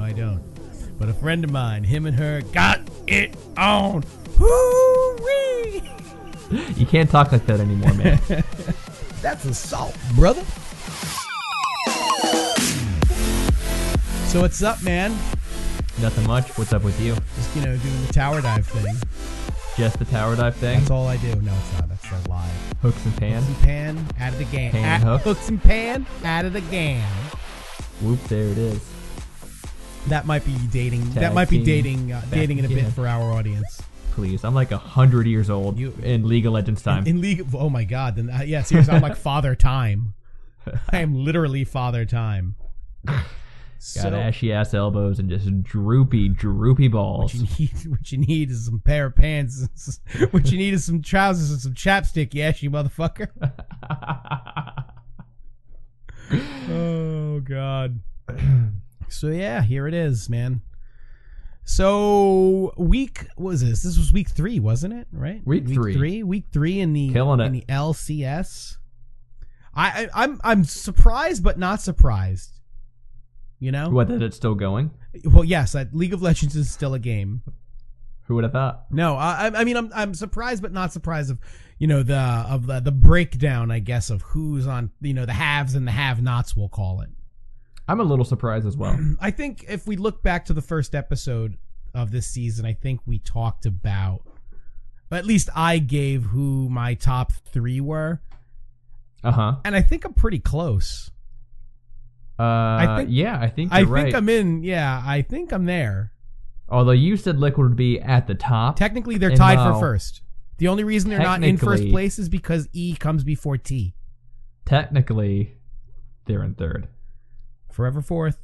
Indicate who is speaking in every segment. Speaker 1: I don't. But a friend of mine, him and her, got it on. Woo-wee!
Speaker 2: You can't talk like that anymore, man.
Speaker 3: That's assault, brother.
Speaker 1: So what's up, man?
Speaker 2: Nothing much. What's up with you?
Speaker 1: Just you know, doing the tower dive thing.
Speaker 2: Just the tower dive thing?
Speaker 1: That's all I do. No, it's not. That's a lie.
Speaker 2: Hooks and pan?
Speaker 1: Hooks and pan, out of the game.
Speaker 2: Pan and
Speaker 1: At-
Speaker 2: hooks.
Speaker 1: hooks and pan, out of the game.
Speaker 2: Whoop, there it is.
Speaker 1: That might be dating. that
Speaker 2: Tag
Speaker 1: might be
Speaker 2: team.
Speaker 1: dating. Uh,
Speaker 2: Back
Speaker 1: dating in a bit
Speaker 2: again.
Speaker 1: for our audience.
Speaker 2: Please. I'm like a hundred years old
Speaker 1: You-
Speaker 2: in League of Legends time.
Speaker 1: In league, oh my god! Then uh, yeah, seriously, I'm like father time. I am literally father time.
Speaker 2: Got
Speaker 1: So
Speaker 2: ashy ass elbows and just droopy, droopy
Speaker 1: what
Speaker 2: balls.
Speaker 1: you need, what you need is some pair of pants. what you need is some trousers and some chapstick. Yeah, you motherfucker. oh god. so yeah, here it is, man. So week what was this? This was week three, wasn't it? Right?
Speaker 2: Week three.
Speaker 1: Week three in the
Speaker 2: Killing it.
Speaker 1: in the LCS. I, I I'm I'm surprised but not surprised. You know?
Speaker 2: what, that it's still going?
Speaker 1: Well, yes, that League of Legends is still a game.
Speaker 2: Who would have thought?
Speaker 1: No, I, I- I mean, I'm I'm surprised, but not surprised of, you know, the of the, the breakdown, I guess, of who's on, you know, the haves and the have-nots, we'll call it.
Speaker 2: I'm a little surprised as well.
Speaker 1: I think if we look back to the first episode of this season, I think we talked about, at least I gave who my top three were,
Speaker 2: Uh huh.
Speaker 1: and I think I'm pretty close.
Speaker 2: Uh,
Speaker 1: think-
Speaker 2: yeah, I think
Speaker 1: I
Speaker 2: you're
Speaker 1: think
Speaker 2: right.
Speaker 1: I'm in. Yeah, I think I'm there.
Speaker 2: Although you said Liquid would be at the top.
Speaker 1: Technically, they're
Speaker 2: And
Speaker 1: tied
Speaker 2: now-
Speaker 1: for first. The only reason they're not in first
Speaker 2: Technically-
Speaker 1: place is because E comes before T.
Speaker 2: Technically, they're in third.
Speaker 1: Forever fourth.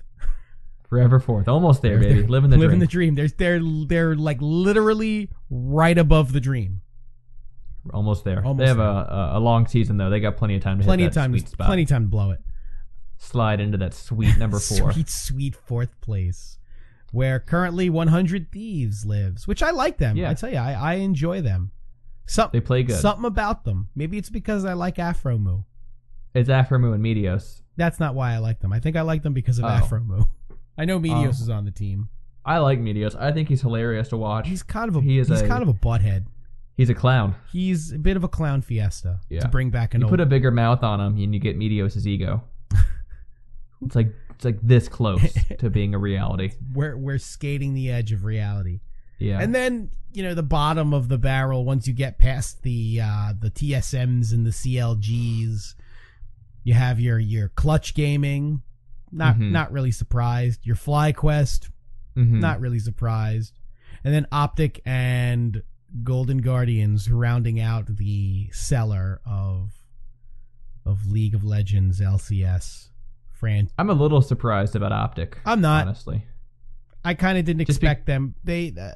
Speaker 2: Forever fourth. Almost there,
Speaker 1: They're-
Speaker 2: baby.
Speaker 1: they're
Speaker 2: Living the
Speaker 1: living the dream.
Speaker 2: dream.
Speaker 1: They're they're they're like literally right above the dream.
Speaker 2: Almost there.
Speaker 1: Almost
Speaker 2: they have
Speaker 1: there.
Speaker 2: A, a a long season though. They got plenty of time to
Speaker 1: Plenty
Speaker 2: hit
Speaker 1: of
Speaker 2: that
Speaker 1: time.
Speaker 2: sweet spot.
Speaker 1: Plenty of time to blow it.
Speaker 2: Slide into that sweet number four.
Speaker 1: Sweet sweet fourth place, where currently 100 Thieves lives, which I like them.
Speaker 2: Yeah.
Speaker 1: I tell you, I, I enjoy them. Some,
Speaker 2: They play good.
Speaker 1: Something about them. Maybe it's because I like Afro Moo.
Speaker 2: It's Afremu and Medios.
Speaker 1: That's not why I like them. I think I like them because of
Speaker 2: Oh.
Speaker 1: Afro Moo. I know Medios
Speaker 2: Oh.
Speaker 1: is on the team.
Speaker 2: I like Medios. I think he's hilarious to watch.
Speaker 1: He's kind of a
Speaker 2: He is
Speaker 1: he's
Speaker 2: a-
Speaker 1: kind of a butthead.
Speaker 2: He's a clown.
Speaker 1: He's a bit of a clown fiesta
Speaker 2: Yeah.
Speaker 1: to bring back an
Speaker 2: You
Speaker 1: old
Speaker 2: put a bigger mouth on him, and you get Medios' ego. it's like it's like this close to being a reality.
Speaker 1: we're we're skating the edge of reality.
Speaker 2: Yeah.
Speaker 1: And then you know the bottom of the barrel. Once you get past the uh, the TSMs and the CLGs, you have your your clutch gaming. Not
Speaker 2: Mhm.
Speaker 1: not really surprised. Your fly quest.
Speaker 2: Mhm.
Speaker 1: Not really surprised. And then optic and golden guardians rounding out the cellar of of League of Legends LCS. Fran,
Speaker 2: I'm a little surprised about Optic.
Speaker 1: I'm not.
Speaker 2: honestly.
Speaker 1: I kind of didn't
Speaker 2: Just be-
Speaker 1: expect them. They uh,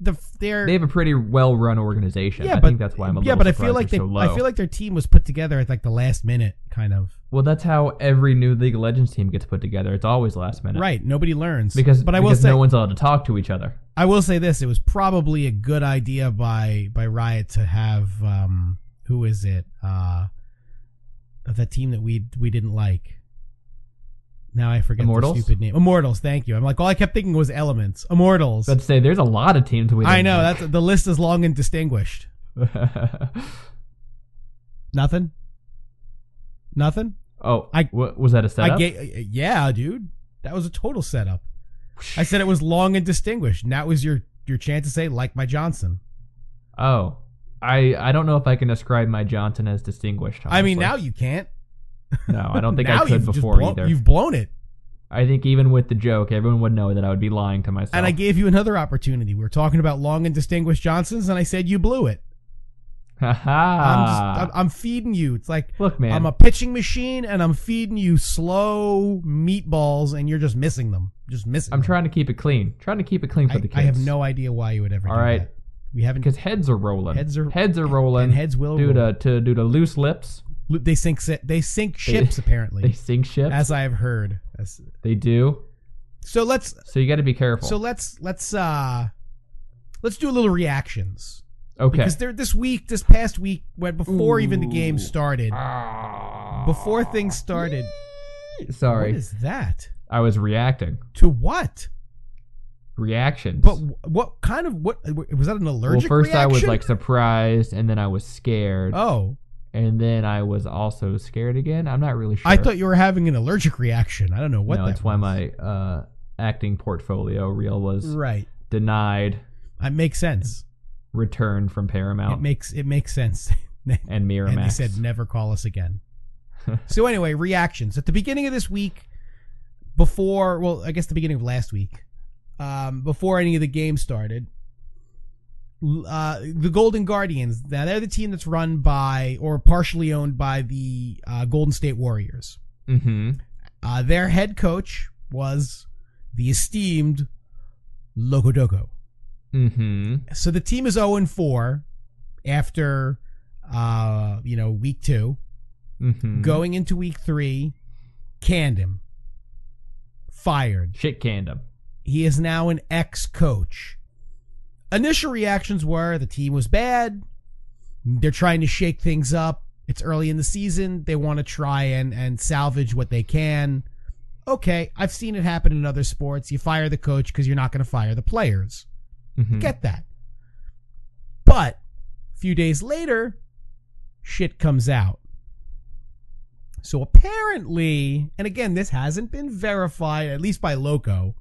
Speaker 1: the they're
Speaker 2: They have a pretty well-run organization. I think that's why I'm a
Speaker 1: yeah,
Speaker 2: little
Speaker 1: but I
Speaker 2: surprised
Speaker 1: feel like
Speaker 2: they're
Speaker 1: they,
Speaker 2: so low.
Speaker 1: I feel like their team was put together at like the last minute, kind of.
Speaker 2: Well, that's how every new League of Legends team gets put together. It's always last minute.
Speaker 1: Right, nobody learns
Speaker 2: Because
Speaker 1: but I
Speaker 2: because
Speaker 1: will say,
Speaker 2: no one's allowed to talk to each other.
Speaker 1: I will say this: it was probably a good idea by by Riot to have um, who is it? Uh, the team that we we didn't like. Now I forget the
Speaker 2: Immortals?
Speaker 1: stupid name. Immortals, thank you. I'm like all I kept thinking was Elements. Immortals.
Speaker 2: Let's say there's a lot of teams we.
Speaker 1: I know that's the list is long and distinguished.
Speaker 2: that's.
Speaker 1: Nothing. Nothing.
Speaker 2: oh,
Speaker 1: I-
Speaker 2: I was that a setup?
Speaker 1: I gave, yeah, dude, that was a total setup. I said it was long and distinguished, and that was your your chance to say like my Johnson.
Speaker 2: oh, I I don't know if I can describe my Johnson as distinguished.
Speaker 1: I mean, now
Speaker 2: honestly.
Speaker 1: you can't.
Speaker 2: no, I don't think
Speaker 1: now
Speaker 2: I could
Speaker 1: you've just
Speaker 2: before
Speaker 1: blown-
Speaker 2: either.
Speaker 1: You've blown it,
Speaker 2: I think even with the joke, everyone would know that I would be lying to myself.
Speaker 1: and I gave you another opportunity. We were talking about long and distinguished Johnsons, and I said you blew it.
Speaker 2: Ha
Speaker 1: I'm,
Speaker 2: ha.
Speaker 1: just, I'm, I'm feeding you. It's like
Speaker 2: Look, Ah. man.
Speaker 1: I'm a pitching machine, and I'm feeding you slow meatballs, and you're just missing them. Just missing.
Speaker 2: I'm
Speaker 1: them.
Speaker 2: trying to keep it clean. Trying to keep it clean for
Speaker 1: I,
Speaker 2: the kids.
Speaker 1: I have no idea why you would ever.
Speaker 2: All
Speaker 1: do
Speaker 2: right.
Speaker 1: that. we haven't.
Speaker 2: because heads are rolling.
Speaker 1: Heads are-
Speaker 2: heads are rolling.
Speaker 1: and heads will
Speaker 2: due
Speaker 1: roll.
Speaker 2: to to due to loose lips.
Speaker 1: They sink. si- They sink ships apparently.
Speaker 2: They sink ships.
Speaker 1: as I have heard. As-
Speaker 2: they do.
Speaker 1: So let's
Speaker 2: So you got to be careful.
Speaker 1: so let's let's uh let's do a little reactions
Speaker 2: okay.
Speaker 1: because there this week, this past week, when before even the game
Speaker 2: Ooh.
Speaker 1: started, before things started.
Speaker 2: Sorry.
Speaker 1: What is that?
Speaker 2: I was reacting.
Speaker 1: To what?
Speaker 2: Reactions.
Speaker 1: But wh- what kind of what was that an
Speaker 2: well,
Speaker 1: allergic
Speaker 2: first I was
Speaker 1: reaction?
Speaker 2: like surprised, and then I was scared,
Speaker 1: Oh,
Speaker 2: and then I was also scared again. I'm not really sure.
Speaker 1: I thought you were having an allergic reaction. I don't know what
Speaker 2: no,
Speaker 1: that
Speaker 2: that's why
Speaker 1: was.
Speaker 2: my uh, acting portfolio reel was
Speaker 1: Right.
Speaker 2: denied
Speaker 1: It makes sense.
Speaker 2: return from
Speaker 1: It
Speaker 2: Paramount
Speaker 1: makes it makes sense.
Speaker 2: and Miramax.
Speaker 1: and they said never call us again. so anyway, reactions at the beginning of this week, before well, I guess the beginning of last week, um, before any of the game started, l- uh, the Golden Guardians. Now they're the team that's run by or partially owned by the uh, Golden State Warriors.
Speaker 2: mm-hmm.
Speaker 1: Uh, their head coach was the esteemed Lokodoko.
Speaker 2: Mm-hmm.
Speaker 1: So the team is 0 and 4 after uh, you know, week 2.
Speaker 2: Mm-hmm.
Speaker 1: Going into week three, canned him. Fired.
Speaker 2: Shit canned him.
Speaker 1: He is now an ex coach. Initial reactions were the team was bad. They're trying to shake things up. It's early in the season. They want to try and, and salvage what they can. Okay, I've seen it happen in other sports. You fire the coach because you're not going to fire the players.
Speaker 2: Mhm.
Speaker 1: Get that. But a few days later, shit comes out. So apparently, and again, this hasn't been verified, at least by Loco,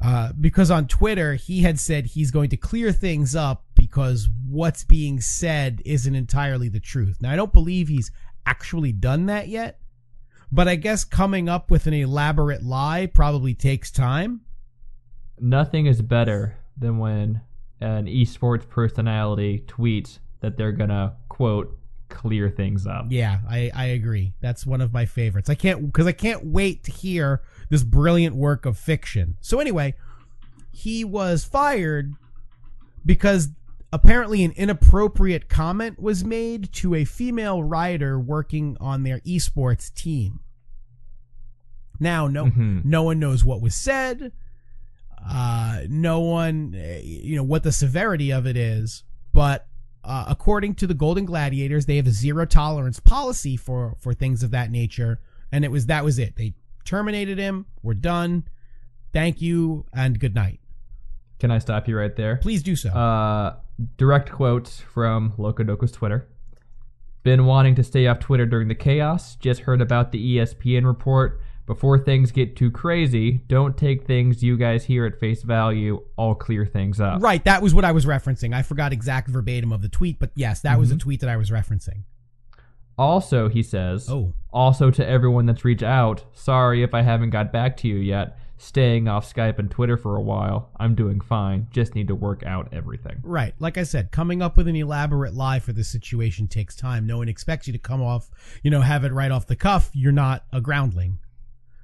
Speaker 1: uh, because on Twitter, he had said he's going to clear things up because what's being said isn't entirely the truth. Now, I don't believe he's actually done that yet, but I guess coming up with an elaborate lie probably takes time.
Speaker 2: Nothing is better than when an esports personality tweets that they're gonna quote clear things up.
Speaker 1: Yeah, I, I agree. That's one of my favorites. I can't because I can't wait to hear this brilliant work of fiction. So anyway, he was fired because apparently an inappropriate comment was made to a female writer working on their esports team. Now, no
Speaker 2: Mhm.
Speaker 1: no one knows what was said. Uh, no one, eh, you know, what the severity of it is. But uh, according to the Golden Gladiators, they have a zero tolerance policy for for things of that nature. And it was that was it. They terminated him. We're done. Thank you and good night.
Speaker 2: Can I stop you right there?
Speaker 1: Please do so.
Speaker 2: Uh, direct quotes from Locodoco's Twitter. Been wanting to stay off Twitter during the chaos. Just heard about the E ESPN report. Before things get too crazy, don't take things you guys hear at face value. I'll clear things up.
Speaker 1: right, that was what I was referencing. I forgot exact verbatim of the tweet, but yes, that was the tweet that I was referencing.
Speaker 2: Also, he says,
Speaker 1: Oh,
Speaker 2: also to everyone that's reached out, sorry if I haven't got back to you yet. Staying off Skype and Twitter for a while. I'm doing fine. Just need to work out everything.
Speaker 1: Right. Like I said, coming up with an elaborate lie for this situation takes time. No one expects you to come off, you know, have it right off the cuff. You're not a groundling.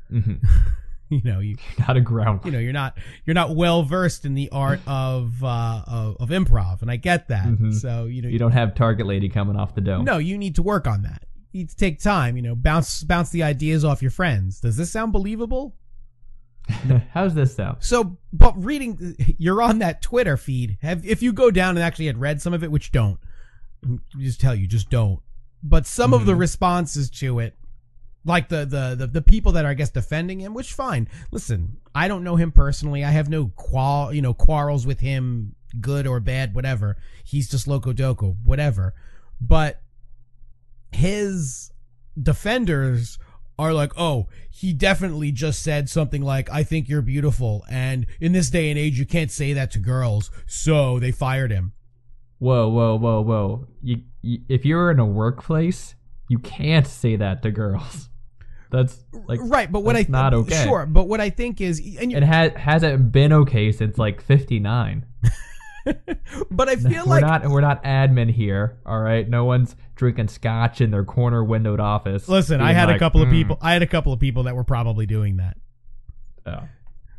Speaker 2: hmm
Speaker 1: You know, you
Speaker 2: Not a ground.
Speaker 1: you know, you're not you're not well versed in the art of uh of, of improv, and I get that.
Speaker 2: Mhm.
Speaker 1: So, you know,
Speaker 2: You don't have Target Lady coming off the dome.
Speaker 1: no, you need to work on that. You need to take time, you know, bounce bounce the ideas off your friends. Does this sound believable?
Speaker 2: How's this though?
Speaker 1: So, but reading, you're on that Twitter feed. Have if you go down and actually had read some of it, which don't, just tell you, just don't. But some of the
Speaker 2: Mhm.
Speaker 1: responses to it, like the, the the the people that are I guess defending him, which fine. Listen, I don't know him personally. I have no qual, you know, quarrels with him, good or bad, whatever. He's just loco doco, whatever. But his defenders are like, oh, he definitely just said something like, I think you're beautiful. And in this day and age, you can't say that to girls. So they fired him.
Speaker 2: Whoa, whoa, whoa, whoa! You, you, if you're in a workplace, you can't say that to girls. That's like
Speaker 1: right. But what
Speaker 2: that's
Speaker 1: I,
Speaker 2: not okay.
Speaker 1: Sure. But what I think is, and you,
Speaker 2: it has hasn't been okay since like '59.
Speaker 1: but I feel
Speaker 2: We're
Speaker 1: like,
Speaker 2: not we're not admin here. All right, no one's drinking scotch in their corner windowed office.
Speaker 1: listen, I
Speaker 2: being
Speaker 1: had a
Speaker 2: like,
Speaker 1: couple of
Speaker 2: "Mm,
Speaker 1: people, I had a couple of people that were probably doing that.
Speaker 2: oh."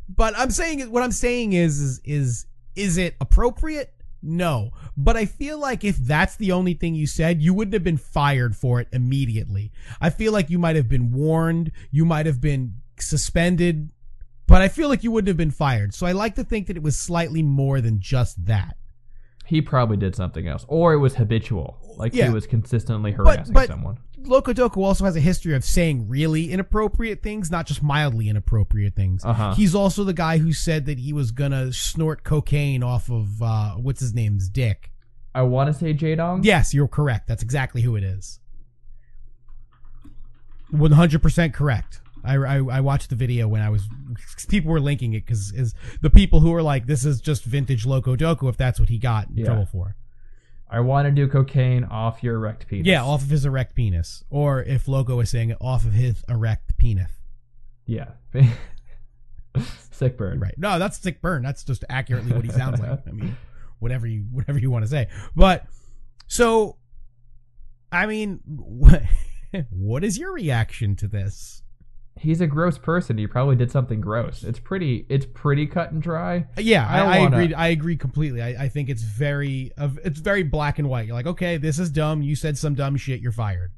Speaker 1: But I'm saying what I'm saying is is is, is it appropriate? No. But I feel like if that's the only thing you said, you wouldn't have been fired for it immediately. I feel like you might have been warned, you might have been suspended, but I feel like you wouldn't have been fired. So I like to think that it was slightly more than just that.
Speaker 2: he probably did something else, or it was habitual. Like
Speaker 1: Yeah.
Speaker 2: he was consistently harassing
Speaker 1: but-
Speaker 2: someone.
Speaker 1: Lokodoku also has a history of saying really inappropriate things, not just mildly inappropriate things.
Speaker 2: Uh-huh.
Speaker 1: He's also the guy who said that he was gonna snort cocaine off of uh, what's his name's dick.
Speaker 2: I want to say J Dong.
Speaker 1: Yes, you're correct. That's exactly who it is. One hundred percent correct. I, I I watched the video when I was people were linking it because is the people who are like this is just vintage Loco Doku if that's what he got in
Speaker 2: Yeah.
Speaker 1: trouble for.
Speaker 2: I want to do cocaine off your erect penis.
Speaker 1: Yeah, off of his erect penis, or if Loco is saying it, off of his erect penis.
Speaker 2: yeah. Sick burn.
Speaker 1: Right. No, that's sick burn. That's just accurately what he sounds like. I mean, whatever you whatever you want to say. But so I mean, what, what is your reaction to this?
Speaker 2: He's a gross person. He probably did something gross. It's pretty. It's pretty cut and dry.
Speaker 1: Yeah, I,
Speaker 2: I
Speaker 1: I,
Speaker 2: wanna-
Speaker 1: agree. I agree completely. I, I think it's very of it's very black and white. You're like, okay, this is dumb. You said some dumb shit. You're fired.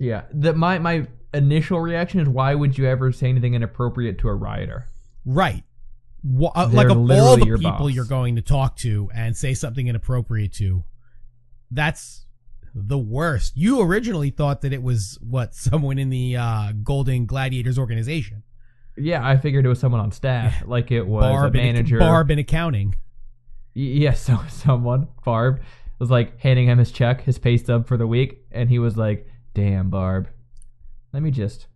Speaker 2: Yeah. That my my initial reaction is why would you ever say anything inappropriate to a rioter?
Speaker 1: Right. Wha- uh,
Speaker 2: They're
Speaker 1: like of all
Speaker 2: literally
Speaker 1: the
Speaker 2: your
Speaker 1: people
Speaker 2: boss.
Speaker 1: you're going to talk to and say something inappropriate to, that's the worst. You originally thought that it was what someone in the uh, Golden Gladiators organization,
Speaker 2: Yeah, I figured it was someone on staff, like it was
Speaker 1: Barb
Speaker 2: a manager.
Speaker 1: in, Barb in accounting.
Speaker 2: Y- Yeah, so someone, Barb, was like handing him his check, his pay stub for the week, and he was like, "Damn, Barb, let me just,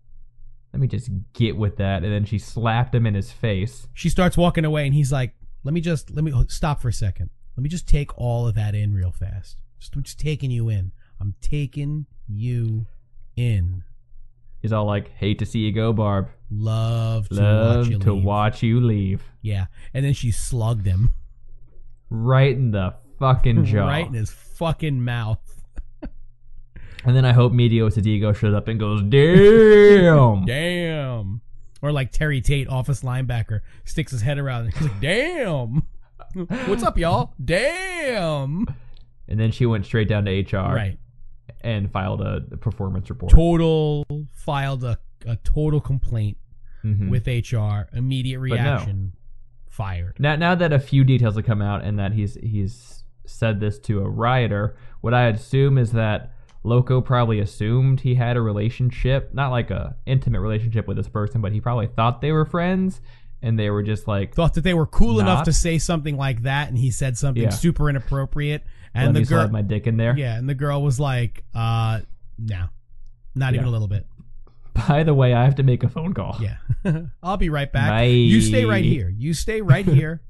Speaker 2: let me just get with that." And then she slapped him in his face.
Speaker 1: She starts walking away, and he's like, "Let me just let me stop for a second. Let me just take all of that in real fast. Just, I'm just taking you in. I'm taking you in.
Speaker 2: He's all like, "Hate to see you go, Barb.
Speaker 1: Love to watch
Speaker 2: Love
Speaker 1: you
Speaker 2: to
Speaker 1: leave.
Speaker 2: watch you leave."
Speaker 1: Yeah." And then she slugged him.
Speaker 2: Right in the fucking jaw.
Speaker 1: Right in his fucking mouth.
Speaker 2: And then I hope Medio Sadigo shows up and goes, "Damn."
Speaker 1: Damn. Or like Terry Tate, office linebacker, sticks his head around and he's like, damn. What's up, y'all? Damn.
Speaker 2: And then she went straight down to HR
Speaker 1: Right.
Speaker 2: and filed a a performance report.
Speaker 1: Total filed a, a total complaint
Speaker 2: Mhm.
Speaker 1: with HR. Immediate reaction. Fired.
Speaker 2: Now, now that a few details have come out and that he's he's said this to a rioter, what I assume is that Loco probably assumed he had a relationship, not like a intimate relationship with this person, but he probably thought they were friends, and they were just like,
Speaker 1: Thought that they were cool enough
Speaker 2: Not-
Speaker 1: to say something like that, and he said something
Speaker 2: Yeah.
Speaker 1: super inappropriate.
Speaker 2: "Let
Speaker 1: And
Speaker 2: me
Speaker 1: the girl,
Speaker 2: slide my dick in there."
Speaker 1: yeah, and the girl was like, "Uh, no, not even
Speaker 2: Yeah.
Speaker 1: a little bit."
Speaker 2: By the way, I have to make a phone call.
Speaker 1: Yeah. I'll be right back.
Speaker 2: Bye.
Speaker 1: You stay right here. You stay right here.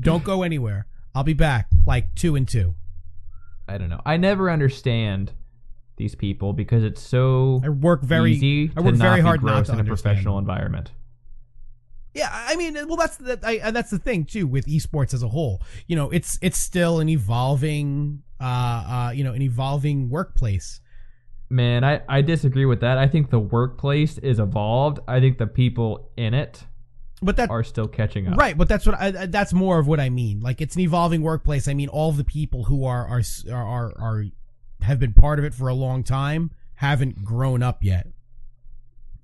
Speaker 1: Don't go anywhere. I'll be back like two and two.
Speaker 2: I don't know. I never understand these people because it's so
Speaker 1: I work very
Speaker 2: easy
Speaker 1: I work
Speaker 2: to
Speaker 1: very
Speaker 2: not
Speaker 1: hard
Speaker 2: be gross
Speaker 1: not to
Speaker 2: in a
Speaker 1: understand.
Speaker 2: professional environment.
Speaker 1: Yeah, I mean, well, that's the, I, and that's the thing too with esports as a whole. You know, it's it's still an evolving, uh, uh, you know, an evolving workplace.
Speaker 2: Man, I, I disagree with that. I think the workplace is evolved. I think the people in it
Speaker 1: But that
Speaker 2: are still catching up.
Speaker 1: Right, but that's what I, I- that's more of what I mean. Like it's an evolving workplace. I mean, all of the people who are are s- are are, are have been part of it for a long time haven't grown up yet.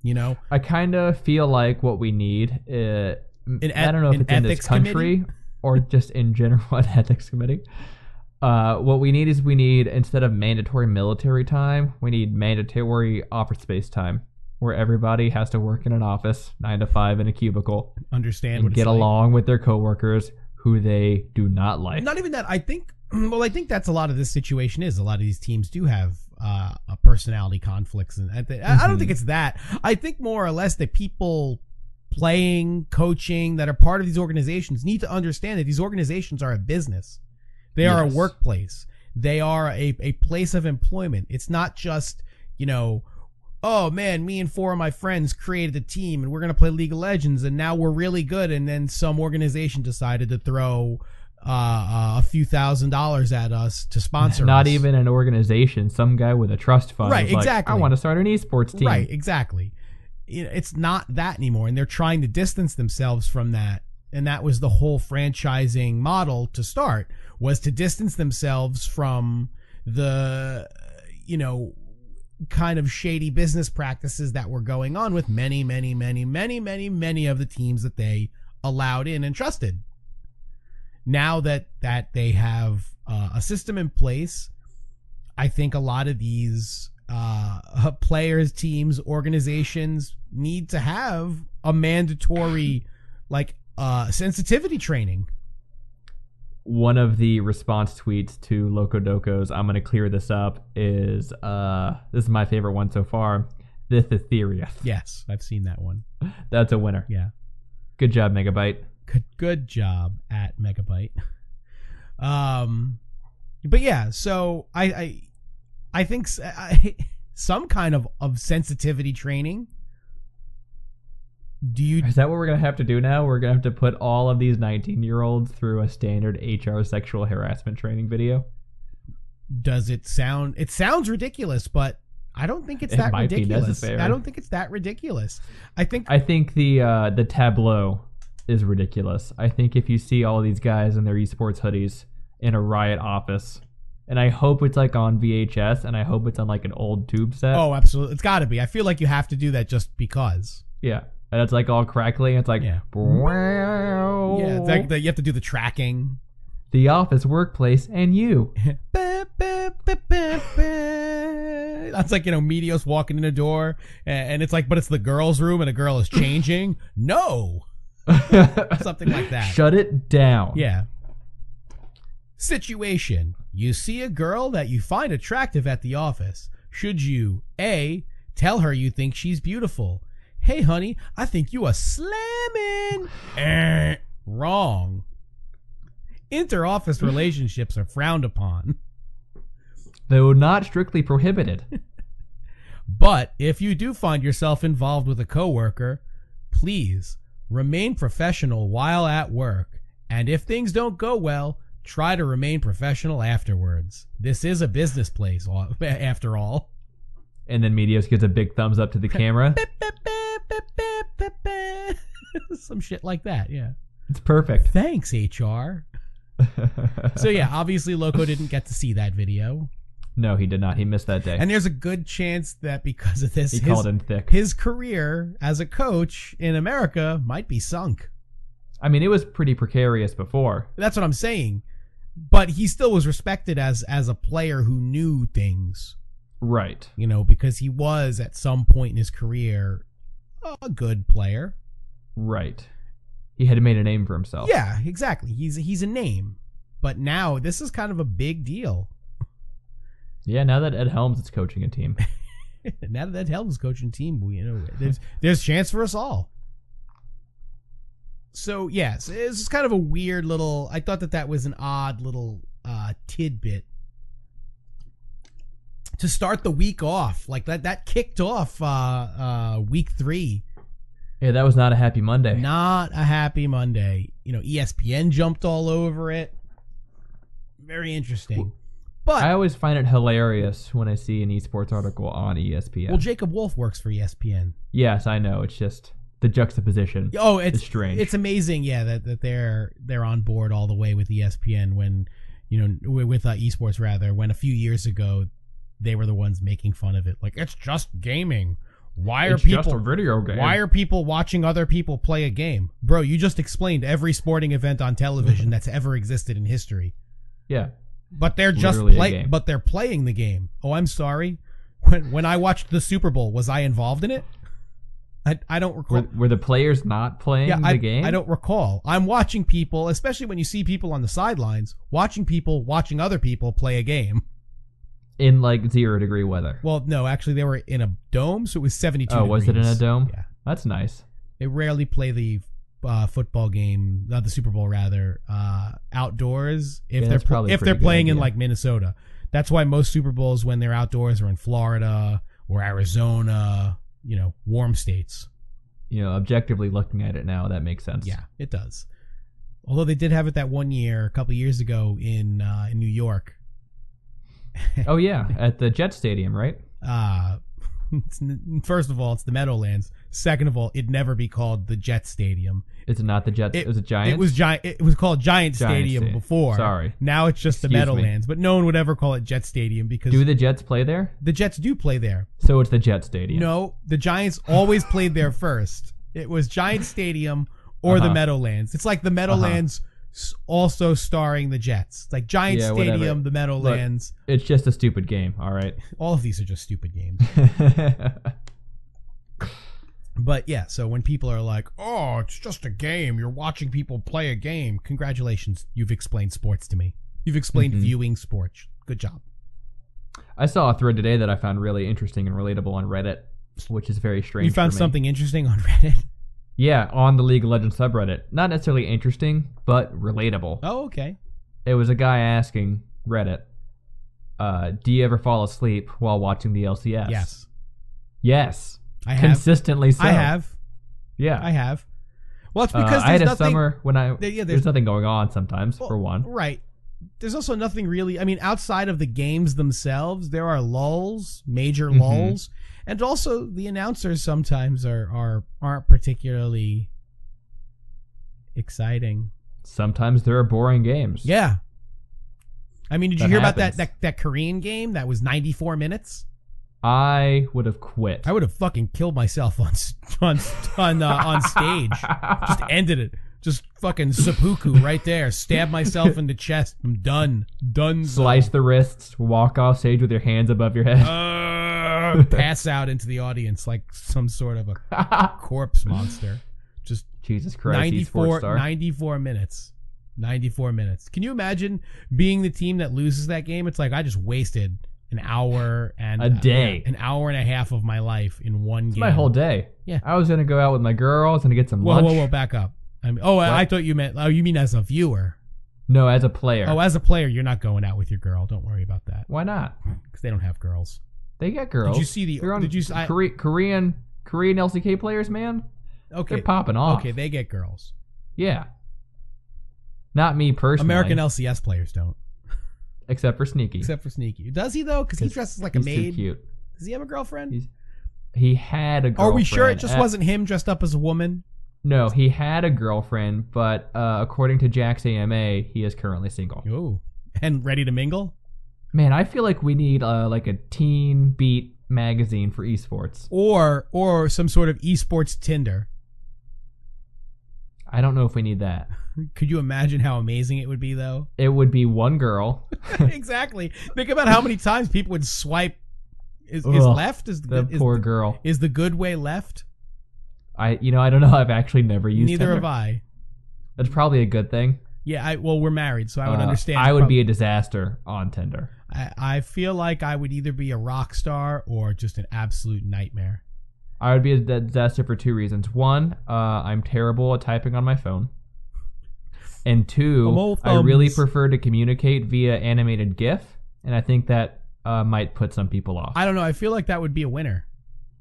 Speaker 1: You know,
Speaker 2: I kind of feel like what we need. Uh,
Speaker 1: An
Speaker 2: I
Speaker 1: eth-
Speaker 2: don't know if
Speaker 1: an
Speaker 2: it's in this
Speaker 1: ethics committee?
Speaker 2: country or just in general an ethics committee. Uh, what we need is we need instead of mandatory military time, we need mandatory office space time, where everybody has to work in an office nine to five in a cubicle
Speaker 1: understand
Speaker 2: and
Speaker 1: what
Speaker 2: get
Speaker 1: it's like.
Speaker 2: along with their coworkers who they do not like.
Speaker 1: Not even that. I think. Well, I think that's a lot of this situation is. A lot of these teams do have uh, a personality conflicts, and I, thi- I I don't
Speaker 2: Mhm.
Speaker 1: think it's that. I think more or less that people playing, coaching, that are part of these organizations need to understand that these organizations are a business. They are a
Speaker 2: Yes.
Speaker 1: workplace. They are a, a place of employment. It's not just, you know, oh man, me and four of my friends created a team and we're going to play League of Legends and now we're really good. And then some organization decided to throw uh, uh, a few thousand dollars at us to sponsor
Speaker 2: Not
Speaker 1: us.
Speaker 2: even an organization. Some guy with a trust fund.
Speaker 1: Right,
Speaker 2: was like,
Speaker 1: exactly.
Speaker 2: I want to start an esports team.
Speaker 1: Right, exactly. You know, It's not that anymore, and they're trying to distance themselves from that. And that was the whole franchising model to start was to distance themselves from the, you know, kind of shady business practices that were going on with many, many, many, many, many, many of the teams that they allowed in and trusted. Now that that they have uh, a system in place, I think a lot of these uh, players, teams, organizations need to have a mandatory like uh, sensitivity training.
Speaker 2: One of the response tweets to Loco Doco's I'm going to clear this up is uh, this is my favorite one so far. The Thetheria.
Speaker 1: Yes, I've seen that one.
Speaker 2: That's a winner.
Speaker 1: Yeah.
Speaker 2: Good job, Megabyte.
Speaker 1: good good job at megabyte um but yeah so i i i think s I some kind of of sensitivity training do you
Speaker 2: Is that what we're going to have to do now? We're going to have to put all of these 19 year olds through a standard HR sexual harassment training video?
Speaker 1: does it sound it sounds ridiculous but i don't think it's
Speaker 2: It
Speaker 1: that
Speaker 2: might be
Speaker 1: ridiculous
Speaker 2: necessary.
Speaker 1: i don't think it's that ridiculous i think
Speaker 2: I think the uh, the tableau is ridiculous. I think if you see all these guys in their esports hoodies in a riot office, and I hope it's like on VHS, and I hope it's on like an old tube set.
Speaker 1: oh absolutely it's got to be i feel like you have to do that just because
Speaker 2: yeah, and it's like all crackly. And it's like
Speaker 1: Yeah.
Speaker 2: wow.
Speaker 1: yeah it's like the, you have to do the tracking
Speaker 2: the office workplace and you.
Speaker 1: That's like you know Medios walking in the door, a- and it's like, but it's the girls' room, and a girl is changing. No, something like that.
Speaker 2: Shut it down.
Speaker 1: yeah. Situation: You see a girl that you find attractive at the office. Should you a tell her you think she's beautiful? Hey, honey, I think you are slamming. Eh, Wrong. Inter-office relationships are frowned upon.
Speaker 2: though not strictly prohibited.
Speaker 1: But if you do find yourself involved with a coworker, please remain professional while at work. And if things don't go well, try to remain professional afterwards. This is a business place a- after all.
Speaker 2: and then Medios gives a big thumbs up to the camera.
Speaker 1: Some shit like that, yeah.
Speaker 2: It's perfect.
Speaker 1: Thanks, HR. So yeah, obviously Loco didn't get to see that video.
Speaker 2: no, he did not. He missed that day.
Speaker 1: And there's a good chance that because of this
Speaker 2: he
Speaker 1: his-
Speaker 2: called in thick.
Speaker 1: his career as a coach in America might be sunk.
Speaker 2: I mean, it was pretty precarious before.
Speaker 1: That's what I'm saying. But he still was respected as as a player who knew things,
Speaker 2: Right.
Speaker 1: you know, because he was at some point in his career a good player.
Speaker 2: Right. He had made a name for himself.
Speaker 1: Yeah, exactly. He's he's a name. But now this is kind of a big deal.
Speaker 2: Yeah, now that Ed Helms is coaching a team.
Speaker 1: now that Ed Helms is coaching team, we you know there's there's chance for us all. So yes, it's just kind of a weird little. I thought that that was an odd little uh, tidbit to start the week off. Like that that kicked off uh, uh, week three.
Speaker 2: yeah, that was not a happy Monday.
Speaker 1: Not a happy Monday. You know, E ESPN jumped all over it. Very interesting. But
Speaker 2: I always find it hilarious when I see an esports article on E ESPN.
Speaker 1: well, Jacob Wolf works for E ESPN.
Speaker 2: yes, I know. It's just the juxtaposition.
Speaker 1: Oh, it's
Speaker 2: It's strange.
Speaker 1: It's amazing, yeah, that, that they're they're on board all the way with E ESPN when you know wi- with uh, esports rather when a few years ago they were the ones making fun of it, like it's just gaming. Why are
Speaker 2: It's just a
Speaker 1: people
Speaker 2: video game.
Speaker 1: why are people watching other people play a game, bro? You just explained every sporting event on television that's ever existed in history,
Speaker 2: yeah.
Speaker 1: but they're just
Speaker 2: Literally a
Speaker 1: play,
Speaker 2: game.
Speaker 1: but they're playing the game. Oh, I'm sorry. When when I watched the Super Bowl, was I involved in it? I I don't recall.
Speaker 2: Were, were the players not playing
Speaker 1: Yeah,
Speaker 2: the
Speaker 1: I,
Speaker 2: game?
Speaker 1: I don't recall. I'm watching people, especially when you see people on the sidelines, watching people watching other people play a game.
Speaker 2: In like zero degree weather.
Speaker 1: Well, no, actually, they were in a dome, so it was 72.
Speaker 2: oh, was it in a
Speaker 1: degrees.
Speaker 2: dome?
Speaker 1: Yeah,
Speaker 2: That's nice.
Speaker 1: they rarely play the uh, football game, not the Super Bowl rather, uh, outdoors. If
Speaker 2: Yeah,
Speaker 1: they're
Speaker 2: that's probably a
Speaker 1: if they're
Speaker 2: pretty good
Speaker 1: playing in
Speaker 2: idea.
Speaker 1: like Minnesota, that's why most Super Bowls when they're outdoors are in Florida or Arizona. You know, warm states.
Speaker 2: You know, objectively looking at it now, that makes sense.
Speaker 1: Yeah, it does. Although they did have it that one year, a couple years ago in uh, in New York.
Speaker 2: Oh yeah, at the Jet Stadium, right?
Speaker 1: Uh, it's n- first of all, it's the Meadowlands. Second of all, it'd never be called the Jet Stadium.
Speaker 2: Is it not the Jet?
Speaker 1: It-
Speaker 2: It, was it Giants?
Speaker 1: It was giant. It was called Giant,
Speaker 2: Giants
Speaker 1: Stadium
Speaker 2: Stadium.
Speaker 1: before.
Speaker 2: Sorry.
Speaker 1: Now it's just the
Speaker 2: Excuse me.
Speaker 1: Meadowlands, but no one would ever call it Jet Stadium because
Speaker 2: Do the Jets play there?
Speaker 1: the Jets do play there.
Speaker 2: So it's the Jet Stadium.
Speaker 1: No, the Giants always played there first. It was Giant Stadium or the
Speaker 2: Uh-huh.
Speaker 1: Meadowlands. It's like the Meadowlands s- also starring the Jets, like Giant
Speaker 2: Yeah, whatever.
Speaker 1: Stadium, the Meadowlands.
Speaker 2: It's just a stupid game, all right?
Speaker 1: All of these are just stupid games. But yeah, so when people are like, "Oh, it's just a game. You're watching people play a game." Congratulations, you've explained sports to me. You've explained
Speaker 2: Mhm.
Speaker 1: viewing sports. Good job.
Speaker 2: I saw a thread today that I found really interesting and relatable on Reddit, which is very strange.
Speaker 1: you found
Speaker 2: for me.
Speaker 1: something interesting on Reddit.
Speaker 2: Yeah, on the League of Legends subreddit. Not necessarily interesting, but relatable.
Speaker 1: Oh, okay.
Speaker 2: It was a guy asking Reddit, uh, "Do you ever fall asleep while watching the LCS?"
Speaker 1: Yes,
Speaker 2: Yes.
Speaker 1: I have.
Speaker 2: Consistently so.
Speaker 1: I have.
Speaker 2: Yeah.
Speaker 1: I have. Well, it's
Speaker 2: Uh,
Speaker 1: because
Speaker 2: I
Speaker 1: there's
Speaker 2: had a
Speaker 1: nothing.
Speaker 2: summer when I
Speaker 1: There- yeah,
Speaker 2: there's,
Speaker 1: there's-
Speaker 2: nothing going on sometimes
Speaker 1: Well,
Speaker 2: for one.
Speaker 1: Right. There's also nothing really. I mean, outside of the games themselves, there are lulls, major
Speaker 2: Mhm.
Speaker 1: lulls, and also the announcers sometimes are are aren't particularly exciting.
Speaker 2: Sometimes there are boring games.
Speaker 1: Yeah. I mean, did you
Speaker 2: That
Speaker 1: hear about
Speaker 2: happens.
Speaker 1: that, that that Korean game that was 94 minutes?
Speaker 2: I would have quit.
Speaker 1: I would have fucking killed myself on s- on on uh, on stage. Just ended it. Just fucking seppuku right there. Stab myself in the chest. I'm done. Done.
Speaker 2: Slice the wrists, walk off stage with your hands above your head.
Speaker 1: Uh, pass out into the audience like some sort of a corpse monster. Just
Speaker 2: Jesus Christ,
Speaker 1: 94,
Speaker 2: esports star.
Speaker 1: 94 minutes. 94 minutes. Can you imagine being the team that loses that game? It's like I just wasted an hour and
Speaker 2: A day.
Speaker 1: an hour and a half of my life in one
Speaker 2: It's
Speaker 1: game.
Speaker 2: my whole day.
Speaker 1: Yeah.
Speaker 2: I was gonna go out with my girls and get some
Speaker 1: Whoa,
Speaker 2: lunch.
Speaker 1: whoa, whoa! Back up. I mean, oh, I, I
Speaker 2: What?
Speaker 1: thought you meant. Oh, you mean as a viewer?
Speaker 2: No, as a player.
Speaker 1: Oh, as a player, you're not going out with your girl. Don't worry about that
Speaker 2: Why not?
Speaker 1: because they don't have girls.
Speaker 2: They got girls.
Speaker 1: Did you see the?
Speaker 2: They're on
Speaker 1: did you? see- I,
Speaker 2: Kore- Korean Korean LCK players, man.
Speaker 1: okay,
Speaker 2: They're popping off.
Speaker 1: okay, they get girls.
Speaker 2: yeah. Not me personally.
Speaker 1: American LCS players don't,
Speaker 2: except for Sneaky.
Speaker 1: except for Sneaky. Does he though? Because he dresses like a
Speaker 2: He's too
Speaker 1: maid.
Speaker 2: cute.
Speaker 1: Does he have a girlfriend?
Speaker 2: He's- He had a.
Speaker 1: Are
Speaker 2: girlfriend.
Speaker 1: we sure it just
Speaker 2: at-
Speaker 1: wasn't him dressed up as a woman?
Speaker 2: No, he had a girlfriend, but uh, according to Jack's AMA, he is currently single.
Speaker 1: Oh, and ready to mingle,
Speaker 2: Man, I feel like we need uh, like a teen beat magazine for esports.
Speaker 1: or or some sort of esports Tinder.
Speaker 2: I don't know if we need that.
Speaker 1: Could you imagine how amazing it would be though?
Speaker 2: It would be one girl.
Speaker 1: exactly. Think about how many times people would swipe. Is, is
Speaker 2: Ugh,
Speaker 1: left is
Speaker 2: The
Speaker 1: the is,
Speaker 2: poor girl.
Speaker 1: is the good way left?
Speaker 2: I, you know, I don't know. I've actually never used.
Speaker 1: Neither
Speaker 2: Tinder.
Speaker 1: have I.
Speaker 2: That's probably a good thing.
Speaker 1: Yeah, I well, we're married, so I would
Speaker 2: Uh,
Speaker 1: understand.
Speaker 2: I would
Speaker 1: prob-
Speaker 2: be a disaster on Tinder.
Speaker 1: I, I feel like I would either be a rock star or just an absolute nightmare.
Speaker 2: I would be a d- disaster for two reasons. One, uh, I'm terrible at typing on my phone. And
Speaker 1: I'm all
Speaker 2: two, I really
Speaker 1: thumbs.
Speaker 2: prefer to communicate via animated GIF, and I think that uh, might put some people off.
Speaker 1: I don't know. I feel like that would be a winner.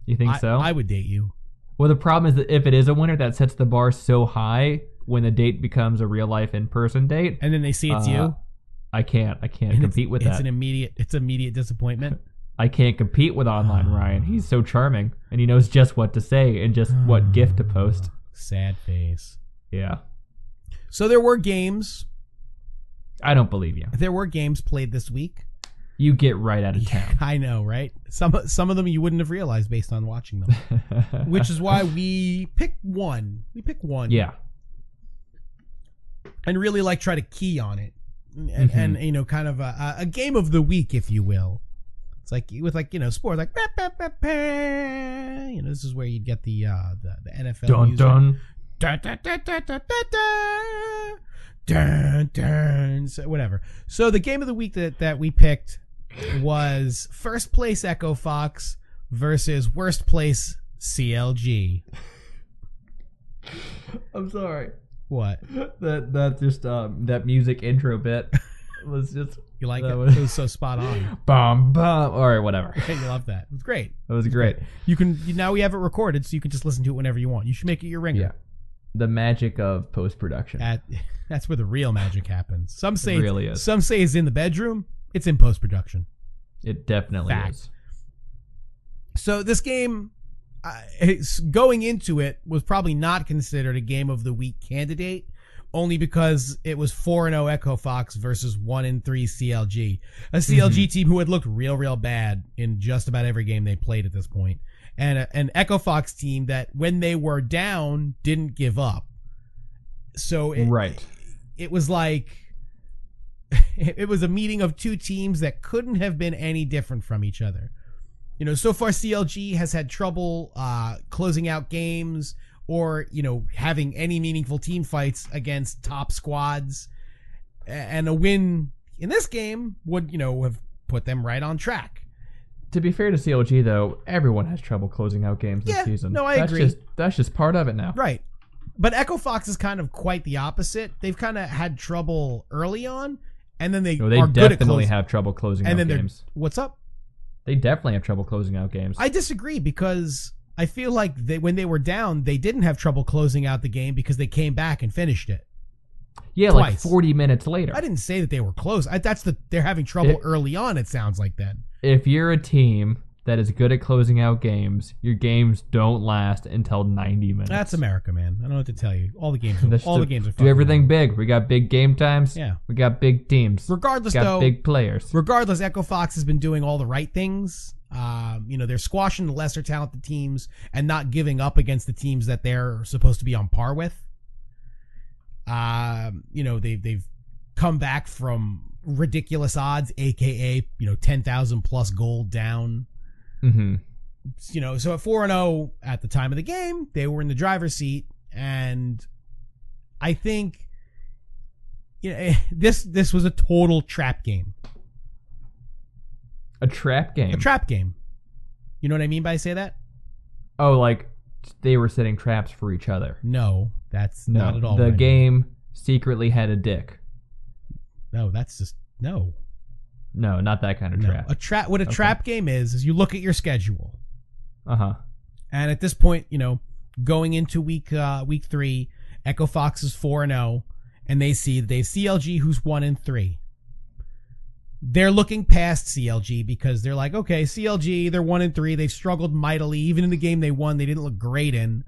Speaker 2: you think
Speaker 1: I,
Speaker 2: so?
Speaker 1: I would date you.
Speaker 2: well, the problem is that if it is a winner, that sets the bar so high when the date becomes a real life in person date.
Speaker 1: And then they see it's
Speaker 2: uh,
Speaker 1: you.
Speaker 2: I can't. I
Speaker 1: and
Speaker 2: can't
Speaker 1: it's-
Speaker 2: compete with
Speaker 1: it's
Speaker 2: that.
Speaker 1: an immediate. It's immediate disappointment.
Speaker 2: I can't compete with online
Speaker 1: Ah.
Speaker 2: Ryan. He's so charming, and he knows just what to say and just
Speaker 1: Ah.
Speaker 2: what GIF to post.
Speaker 1: Sad face.
Speaker 2: Yeah,
Speaker 1: So there were games.
Speaker 2: I don't believe you.
Speaker 1: There were games played this week.
Speaker 2: You get right out of town.
Speaker 1: I know, right? Some some of them you wouldn't have realized based on watching them. Which is why we pick one. We pick one.
Speaker 2: yeah
Speaker 1: and really like try to key on it and,
Speaker 2: Mm-hmm.
Speaker 1: and- and you know kind of a, a game of the week if you will it's like with like you know sports like "Bah, bah, bah, bah." you know this is where you'd get the uh the, the nfl
Speaker 2: dun
Speaker 1: music.
Speaker 2: dun
Speaker 1: Dun, dun, dun, dun, dun, dun, dun. Dun, dun. So, whatever so the game of the week that that we picked was first place echo fox versus worst place clg
Speaker 2: i'm sorry
Speaker 1: what
Speaker 2: that that just um that music intro bit was just
Speaker 1: you like
Speaker 2: That
Speaker 1: it
Speaker 2: was-
Speaker 1: it was so spot on
Speaker 2: bomb bomb all right whatever
Speaker 1: i love that it was great
Speaker 2: that was great
Speaker 1: You can you- now we have it recorded, so you can just listen to it whenever you want. You should make it your ringer.
Speaker 2: yeah the magic of post-production
Speaker 1: That- that's where the real magic happens. Some say
Speaker 2: It really is.
Speaker 1: Some say it's in the bedroom. It's in post production.
Speaker 2: it definitely
Speaker 1: Fact.
Speaker 2: is
Speaker 1: So this game, I- it's, going into it, was probably not considered a game of the week candidate, only because it was four and zero Echo Fox versus one and three CLG, a CLG team who had looked real, real bad in just about every game they played at this point, and a, an Echo Fox team that when they were down didn't give up. So it,
Speaker 2: right
Speaker 1: it was like it was a meeting of two teams that couldn't have been any different from each other. You know, so far CLG has had trouble uh, closing out games or you know having any meaningful team fights against top squads, A- and a win in this game would you know have put them right on track.
Speaker 2: To be fair to CLG, though, everyone has trouble closing out games
Speaker 1: Yeah,
Speaker 2: this season.
Speaker 1: no, I
Speaker 2: that's
Speaker 1: agree.
Speaker 2: Just, that's just part of it now.
Speaker 1: Right. But Echo Fox is kind of quite the opposite. They've kind of had trouble early on, and then they
Speaker 2: No, they
Speaker 1: are good at
Speaker 2: definitely
Speaker 1: closing.
Speaker 2: have trouble closing
Speaker 1: and
Speaker 2: out
Speaker 1: then they're
Speaker 2: games.
Speaker 1: what's up?
Speaker 2: They definitely have trouble closing out games.
Speaker 1: I disagree because I feel like they, when they were down, they didn't have trouble closing out the game because they came back and finished it.
Speaker 2: yeah, like
Speaker 1: twice.
Speaker 2: 40 minutes later.
Speaker 1: I didn't say that they were close. I, that's the they're having trouble
Speaker 2: It-
Speaker 1: early on. It sounds like then.
Speaker 2: If you're a team that is good at closing out games, your games don't last until 90 minutes.
Speaker 1: That's America, man. I don't know what to tell you. All the games,
Speaker 2: That's
Speaker 1: all
Speaker 2: the-
Speaker 1: the games are
Speaker 2: Do
Speaker 1: fucking
Speaker 2: everything big. We got big game times.
Speaker 1: Yeah.
Speaker 2: We got big teams. We
Speaker 1: Regardless,
Speaker 2: got
Speaker 1: though,
Speaker 2: big players.
Speaker 1: regardless, Echo Fox has been doing all the right things. Um, you know, they're squashing the lesser talented teams and not giving up against the teams that they're supposed to be on par with. Um, you know, they've they've come back from ridiculous odds, aka you know ten thousand plus gold down.
Speaker 2: hmm
Speaker 1: You know, so at four and zero at the time of the game, they were in the driver's seat, and I think you know this this was a total trap game.
Speaker 2: A trap game.
Speaker 1: a trap game. You know what I mean by say that?
Speaker 2: oh, like they were setting traps for each other.
Speaker 1: No, that's
Speaker 2: No,
Speaker 1: not at all.
Speaker 2: The
Speaker 1: what I mean.
Speaker 2: game secretly had a dick.
Speaker 1: No, that's just no.
Speaker 2: No, not that kind of
Speaker 1: no.
Speaker 2: trap.
Speaker 1: A trap. What a
Speaker 2: Okay.
Speaker 1: trap game is is you look at your schedule,
Speaker 2: Uh huh.
Speaker 1: and at this point, you know, going into week uh, week three, Echo Fox is four and zero, and they see they have CLG who's one and three. They're looking past CLG because they're like, okay, CLG, they're one and three. They've struggled mightily. Even in the game they won, they didn't look great in.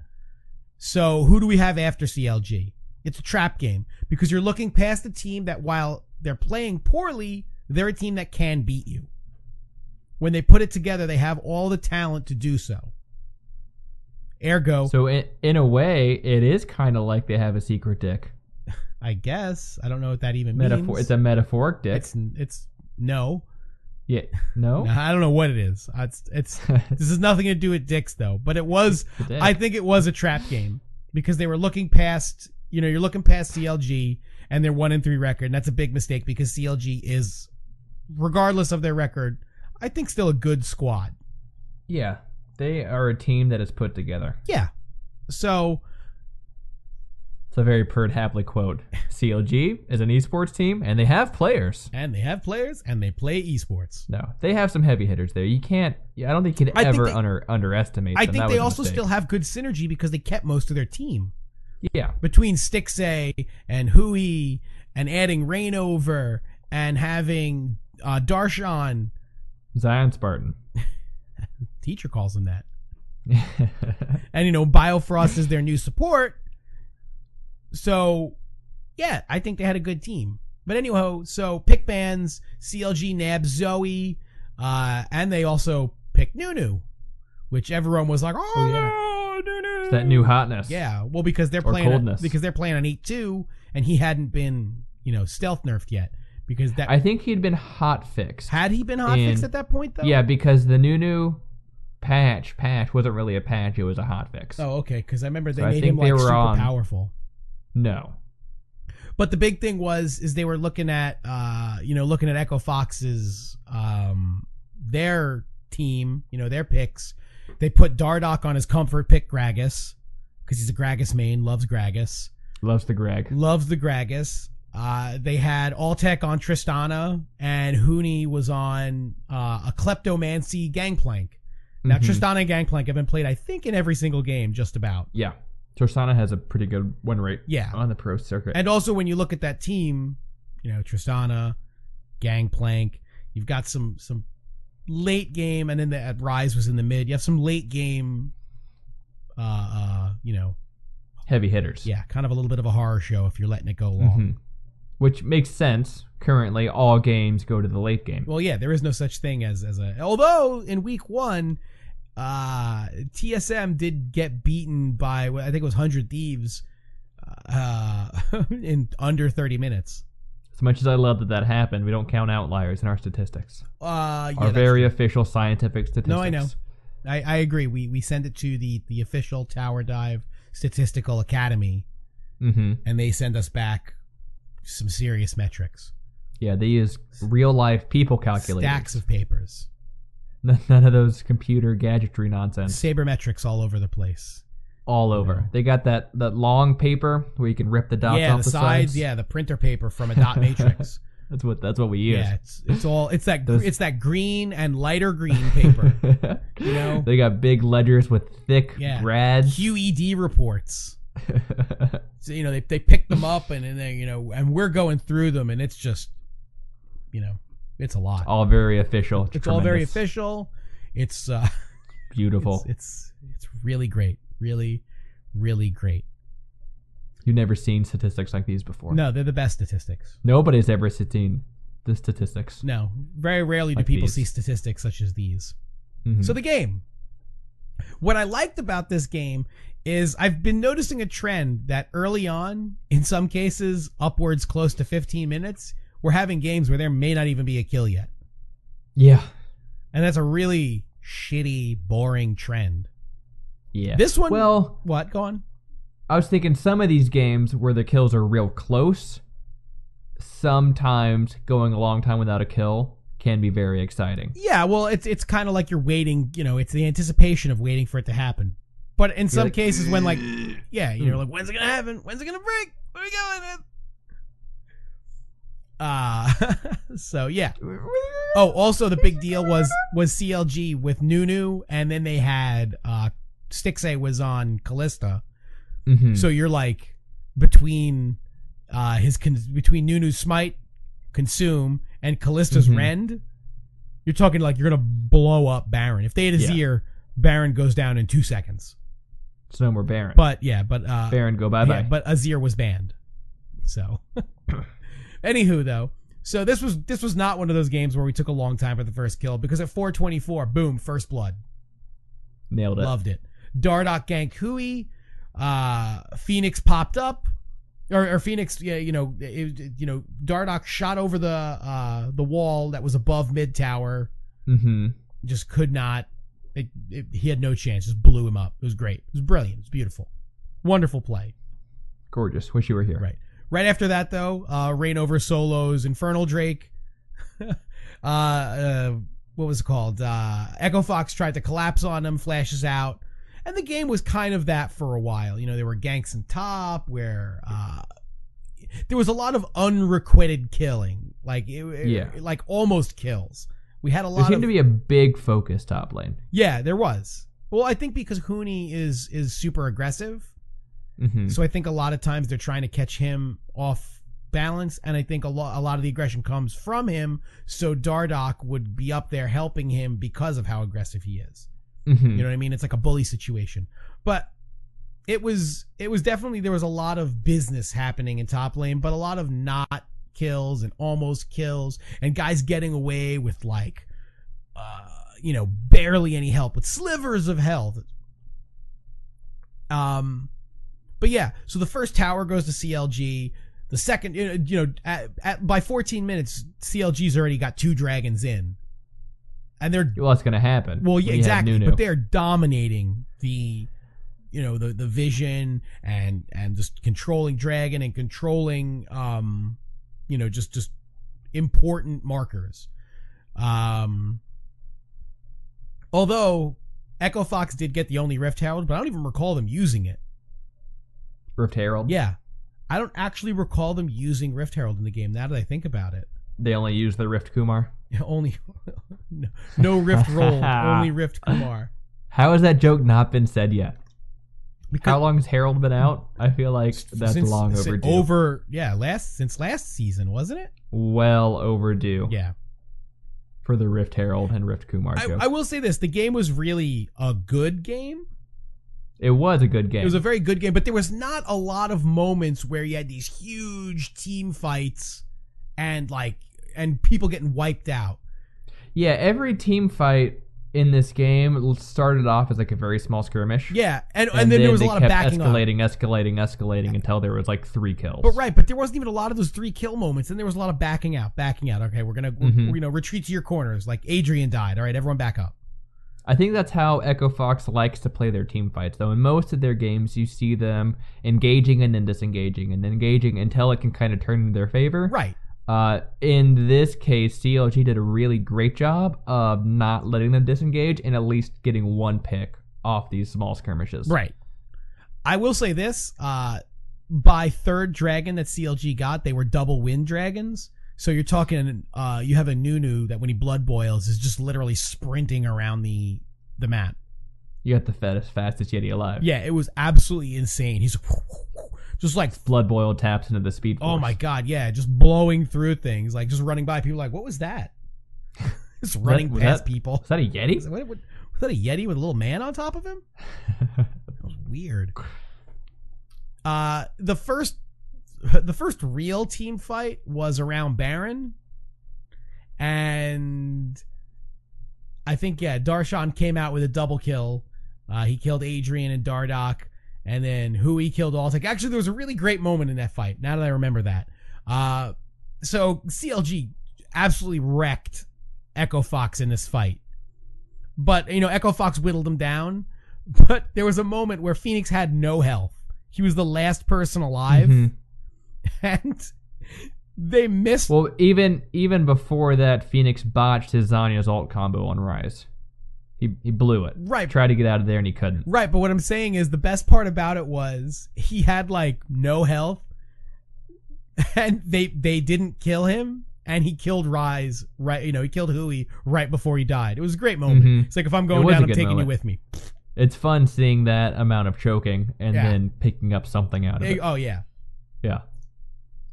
Speaker 1: So who do we have after CLG? It's a trap game because you're looking past a team that while they're playing poorly, they're a team that can beat you. When they put it together, they have all the talent to do so. Ergo,
Speaker 2: So in, in a way, it is kind of like they have a secret dick.
Speaker 1: I guess I don't know what that even
Speaker 2: Metaphor.
Speaker 1: means.
Speaker 2: It's a metaphoric dick. Oh.
Speaker 1: it's it's no.
Speaker 2: yeah. No.
Speaker 1: I don't know what it is. Uh, It's it's this has nothing to do with dicks though. But it was
Speaker 2: The dick.
Speaker 1: I think it was a trap game because they were looking past, you know, you're looking past CLG and their one and three record. And that's a big mistake because CLG is, regardless of their record, I think still a good squad.
Speaker 2: yeah. They are a team that is put together.
Speaker 1: Yeah. So
Speaker 2: It's a very Perd Hapley quote. CLG is an esports team, and they have players.
Speaker 1: and they have players and they play esports.
Speaker 2: No, they have some heavy hitters there. You can't. I don't think you can
Speaker 1: I think
Speaker 2: ever
Speaker 1: they-
Speaker 2: under, underestimate.
Speaker 1: I
Speaker 2: them.
Speaker 1: think
Speaker 2: That
Speaker 1: they
Speaker 2: was a
Speaker 1: also
Speaker 2: mistake.
Speaker 1: still have good synergy because they kept most of their team.
Speaker 2: Yeah.
Speaker 1: between Stixay and Hui and adding Rain over and having uh, Darshan,
Speaker 2: Zion Spartan.
Speaker 1: teacher calls him that, and you know Biofrost is their new support. So, yeah, I think they had a good team. But anyhow, so pick bands, CLG nab Zoe, uh, and they also picked Nunu, which everyone was like, oh, no, Nunu.
Speaker 2: that new hotness.
Speaker 1: Yeah, well, because they're
Speaker 2: Or
Speaker 1: playing
Speaker 2: coldness.
Speaker 1: because they're playing on eight two, and he hadn't been you know stealth nerfed yet because that
Speaker 2: I think he'd been hot fixed.
Speaker 1: had he been hotfixed
Speaker 2: in-
Speaker 1: at that point though.
Speaker 2: Yeah, because the new new patch patch wasn't really a patch; it was a hot fix.
Speaker 1: Oh, okay. Because I remember they
Speaker 2: So I
Speaker 1: made
Speaker 2: think
Speaker 1: him
Speaker 2: they
Speaker 1: like
Speaker 2: were um,
Speaker 1: super
Speaker 2: on-
Speaker 1: powerful.
Speaker 2: No.
Speaker 1: But the big thing was is they were looking at uh you know looking at Echo Fox's um their team you know their picks. They put Dardock on his comfort pick Gragas because he's a Gragas main, loves Gragas.
Speaker 2: Loves the Greg.
Speaker 1: loves the Gragas. Uh, they had Alltech on Tristana, and Huni was on uh, a Kleptomancy Gangplank. Now,
Speaker 2: Mhm.
Speaker 1: Tristana and Gangplank have been played, I think, in every single game, just about.
Speaker 2: Yeah, Torsana has a pretty good win rate
Speaker 1: Yeah.
Speaker 2: on the pro circuit.
Speaker 1: And also, when you look at that team, you know Tristana, Gangplank. You've got some some late game, and then the uh, Rise was in the mid. You have some late game, uh, uh, you know,
Speaker 2: Heavy hitters.
Speaker 1: yeah, kind of a little bit of a horror show if you're letting it go long.
Speaker 2: Mhm. Which makes sense. Currently, all games go to the late game.
Speaker 1: Well, yeah, there is no such thing as as a. Although in week one, uh, TSM did get beaten by well, I think it was Hundred Thieves. Uh, uh, in under 30 minutes.
Speaker 2: As much as I love that that happened, we don't count outliers in our statistics.
Speaker 1: Uh, yeah,
Speaker 2: our
Speaker 1: that's-
Speaker 2: very official scientific statistics.
Speaker 1: No, I know. I, I agree. We we send it to the the official Tower Dive Statistical Academy,
Speaker 2: Mm-hmm.
Speaker 1: and they send us back some serious metrics,
Speaker 2: Yeah, they use real life people calculators.
Speaker 1: stacks of papers,
Speaker 2: N- None of those computer gadgetry nonsense.
Speaker 1: sabermetrics all over the place.
Speaker 2: All over.
Speaker 1: No.
Speaker 2: They got that, that long paper where you can rip the dots
Speaker 1: yeah,
Speaker 2: off
Speaker 1: the,
Speaker 2: the,
Speaker 1: sides, Yeah, the printer paper from a dot matrix.
Speaker 2: That's what that's what we use.
Speaker 1: Yeah, it's it's all it's that gr
Speaker 2: Those-
Speaker 1: it's that green and lighter green paper. You know?
Speaker 2: They got big ledgers with thick
Speaker 1: Yeah.
Speaker 2: brads.
Speaker 1: QED E reports. So, you know, they they pick them up and and they you know, and we're going through them, and it's just, you know, it's a lot.
Speaker 2: all very official.
Speaker 1: it's all very
Speaker 2: Oh, tremendous,
Speaker 1: official. It's uh,
Speaker 2: Beautiful.
Speaker 1: it's, it's it's really great, really, really great.
Speaker 2: You've never seen statistics like these before.
Speaker 1: No, they're the best statistics.
Speaker 2: Nobody's ever seen the statistics.
Speaker 1: No, very rarely do
Speaker 2: Like
Speaker 1: people
Speaker 2: these.
Speaker 1: see statistics such as these.
Speaker 2: Mhm.
Speaker 1: So the game. What I liked about this game is I've been noticing a trend that early on, in some cases, upwards close to 15 minutes, we're having games where there may not even be a kill yet.
Speaker 2: yeah.
Speaker 1: And that's a really shitty, boring trend.
Speaker 2: Yeah.
Speaker 1: This one-
Speaker 2: Well,
Speaker 1: What? Go on.
Speaker 2: I was thinking some of these games where the kills are real close, sometimes going a long time without a kill can be very exciting.
Speaker 1: Yeah, well, it's it's kind of like you're waiting. You know, it's the anticipation of waiting for it to happen. But in some
Speaker 2: like,
Speaker 1: cases, when like, yeah, you're
Speaker 2: Hmm.
Speaker 1: like, when's it gonna happen? When's it gonna break? Where are we going? With? Uh so yeah. Oh, also the big deal was was CLG with Nunu, and then they had uh Stixay was on Callista.
Speaker 2: Mhm.
Speaker 1: So you're like between uh his con- between Nunu's smite, consume, and Callista's
Speaker 2: Mhm.
Speaker 1: rend. You're talking like you're gonna blow up Baron. If they had a
Speaker 2: Yeah.
Speaker 1: Zir, Baron goes down in two seconds.
Speaker 2: It's no more Baron.
Speaker 1: But yeah, but uh,
Speaker 2: Baron, go bye
Speaker 1: yeah,
Speaker 2: bye.
Speaker 1: but Azir was banned. So, anywho, though, so this was this was not one of those games where we took a long time for the first kill because at 4:24, boom, first blood.
Speaker 2: Nailed it.
Speaker 1: Loved it. Dardock ganked Hui. Uh, Phoenix popped up, or, or Phoenix, yeah, you know, it, it- you know, Dardock shot over the uh, the wall that was above mid tower.
Speaker 2: Mm-hmm.
Speaker 1: Just could not. It, it, he had no chance. Just blew him up. It was great. It was brilliant. It was beautiful. Wonderful play.
Speaker 2: Gorgeous. Wish you were here.
Speaker 1: Right. Right after that, though, uh, Rain Over Solos, Infernal Drake. uh, uh, what was it called? Uh, Echo Fox tried to collapse on him, flashes out. And the game was kind of that for a while. You know, there were ganks in top where uh, there was a lot of unrequited killing, like it, it-
Speaker 2: Yeah.
Speaker 1: like almost kills. We had a
Speaker 2: There
Speaker 1: lot
Speaker 2: seemed
Speaker 1: of
Speaker 2: to be a big focus top lane.
Speaker 1: yeah, there was. Well, I think because Hooney is is super aggressive,
Speaker 2: Mm-hmm.
Speaker 1: so I think a lot of times they're trying to catch him off balance, and I think a lot a lot of the aggression comes from him. So Dardock would be up there helping him because of how aggressive he is.
Speaker 2: Mm-hmm.
Speaker 1: You know what I mean? It's like a bully situation. But it was it was definitely there was a lot of business happening in top lane, but a lot of not kills and almost kills and guys getting away with like uh you know barely any help with slivers of health. Um but yeah, so the first tower goes to CLG. The second, you know, you know at, at, by 14 minutes, CLG's already got two dragons in, and they're
Speaker 2: well, it's gonna happen.
Speaker 1: well,
Speaker 2: when
Speaker 1: yeah,
Speaker 2: you have
Speaker 1: exactly.
Speaker 2: Nunu.
Speaker 1: But they're dominating the, you know, the the vision and and just controlling dragon and controlling, um, you know, just just important markers. Um, although Echo Fox did get the only Rift Herald, but I don't even recall them using it.
Speaker 2: Rift Herald.
Speaker 1: Yeah, I don't actually recall them using Rift Herald in the game. Now that I think about it,
Speaker 2: They only use the Rift Kumar.
Speaker 1: only no, no Rift rolled, only Rift Kumar.
Speaker 2: How has that joke not been said yet?
Speaker 1: Because
Speaker 2: How long has Harold been out? I feel like that's
Speaker 1: Since-
Speaker 2: long
Speaker 1: since
Speaker 2: overdue.
Speaker 1: Over yeah, last since last season, wasn't it?
Speaker 2: well overdue
Speaker 1: Yeah.
Speaker 2: for the Rift Herald and Rift Kumar
Speaker 1: I,
Speaker 2: joke.
Speaker 1: I will say this: the game was really a good game.
Speaker 2: it was a good game.
Speaker 1: It was a very good game, but there was not a lot of moments where you had these huge team fights and like and people getting wiped out.
Speaker 2: yeah, every team fight in this game started off as like a very small skirmish.
Speaker 1: Yeah, and, and, then, there was a
Speaker 2: they
Speaker 1: lot of
Speaker 2: kept
Speaker 1: backing up.
Speaker 2: escalating, escalating, escalating until there was like three kills.
Speaker 1: But right, but there wasn't even a lot of those three kill moments, and there was a lot of backing out, backing out. Okay, we're gonna we're,
Speaker 2: Mhm.
Speaker 1: you know retreat to your corners. Like Adrian died. All right, everyone back up.
Speaker 2: I think that's how Echo Fox likes to play their team fights, though. In most of their games, you see them engaging and then disengaging and then engaging until it can kind of turn in their favor.
Speaker 1: Right.
Speaker 2: Uh, in this case, CLG did a really great job of not letting them disengage and at least getting one pick off these small skirmishes.
Speaker 1: Right. I will say this: uh, by third dragon that CLG got, they were double wind dragons. So you're talking, uh, you have a Nunu that when he blood boils is just literally sprinting around the the map.
Speaker 2: You got the fattest, fastest Yeti alive.
Speaker 1: Yeah, it was absolutely insane. He's just like,
Speaker 2: Blood boil taps into the speed. Force.
Speaker 1: oh my god, yeah, just blowing through things, like just running by people. Like, what was that? just running
Speaker 2: was
Speaker 1: past
Speaker 2: that-
Speaker 1: people.
Speaker 2: Is that a Yeti?
Speaker 1: What, what, was that a Yeti with a little man on top of him? That was weird. Uh, the first, the first real team fight was around Baron, and I think yeah, Darshan came out with a double kill. Uh, he killed Adrian and Dardock, and then who he killed Altic. Actually, there was a really great moment in that fight. Now that I remember that, uh, so CLG absolutely wrecked Echo Fox in this fight. But you know, Echo Fox whittled him down. But there was a moment where Phoenix had no health. He was the last person alive,
Speaker 2: Mhm.
Speaker 1: and they missed.
Speaker 2: Well, even even before that, Phoenix botched his Zanya's alt combo on Rise. He he blew it.
Speaker 1: right,
Speaker 2: Tried to get out of there and he couldn't.
Speaker 1: right. But what I'm saying is, the best part about it was he had like no health, and they they didn't kill him, and he killed Rise right. You know, he killed Hui right before he died. It was a great moment.
Speaker 2: Mhm.
Speaker 1: It's like if I'm going
Speaker 2: was
Speaker 1: down,
Speaker 2: a
Speaker 1: I'm
Speaker 2: good
Speaker 1: taking you
Speaker 2: moment.
Speaker 1: with me.
Speaker 2: It's fun seeing that amount of choking and
Speaker 1: Yeah.
Speaker 2: then picking up something out of it.
Speaker 1: Oh yeah,
Speaker 2: Yeah.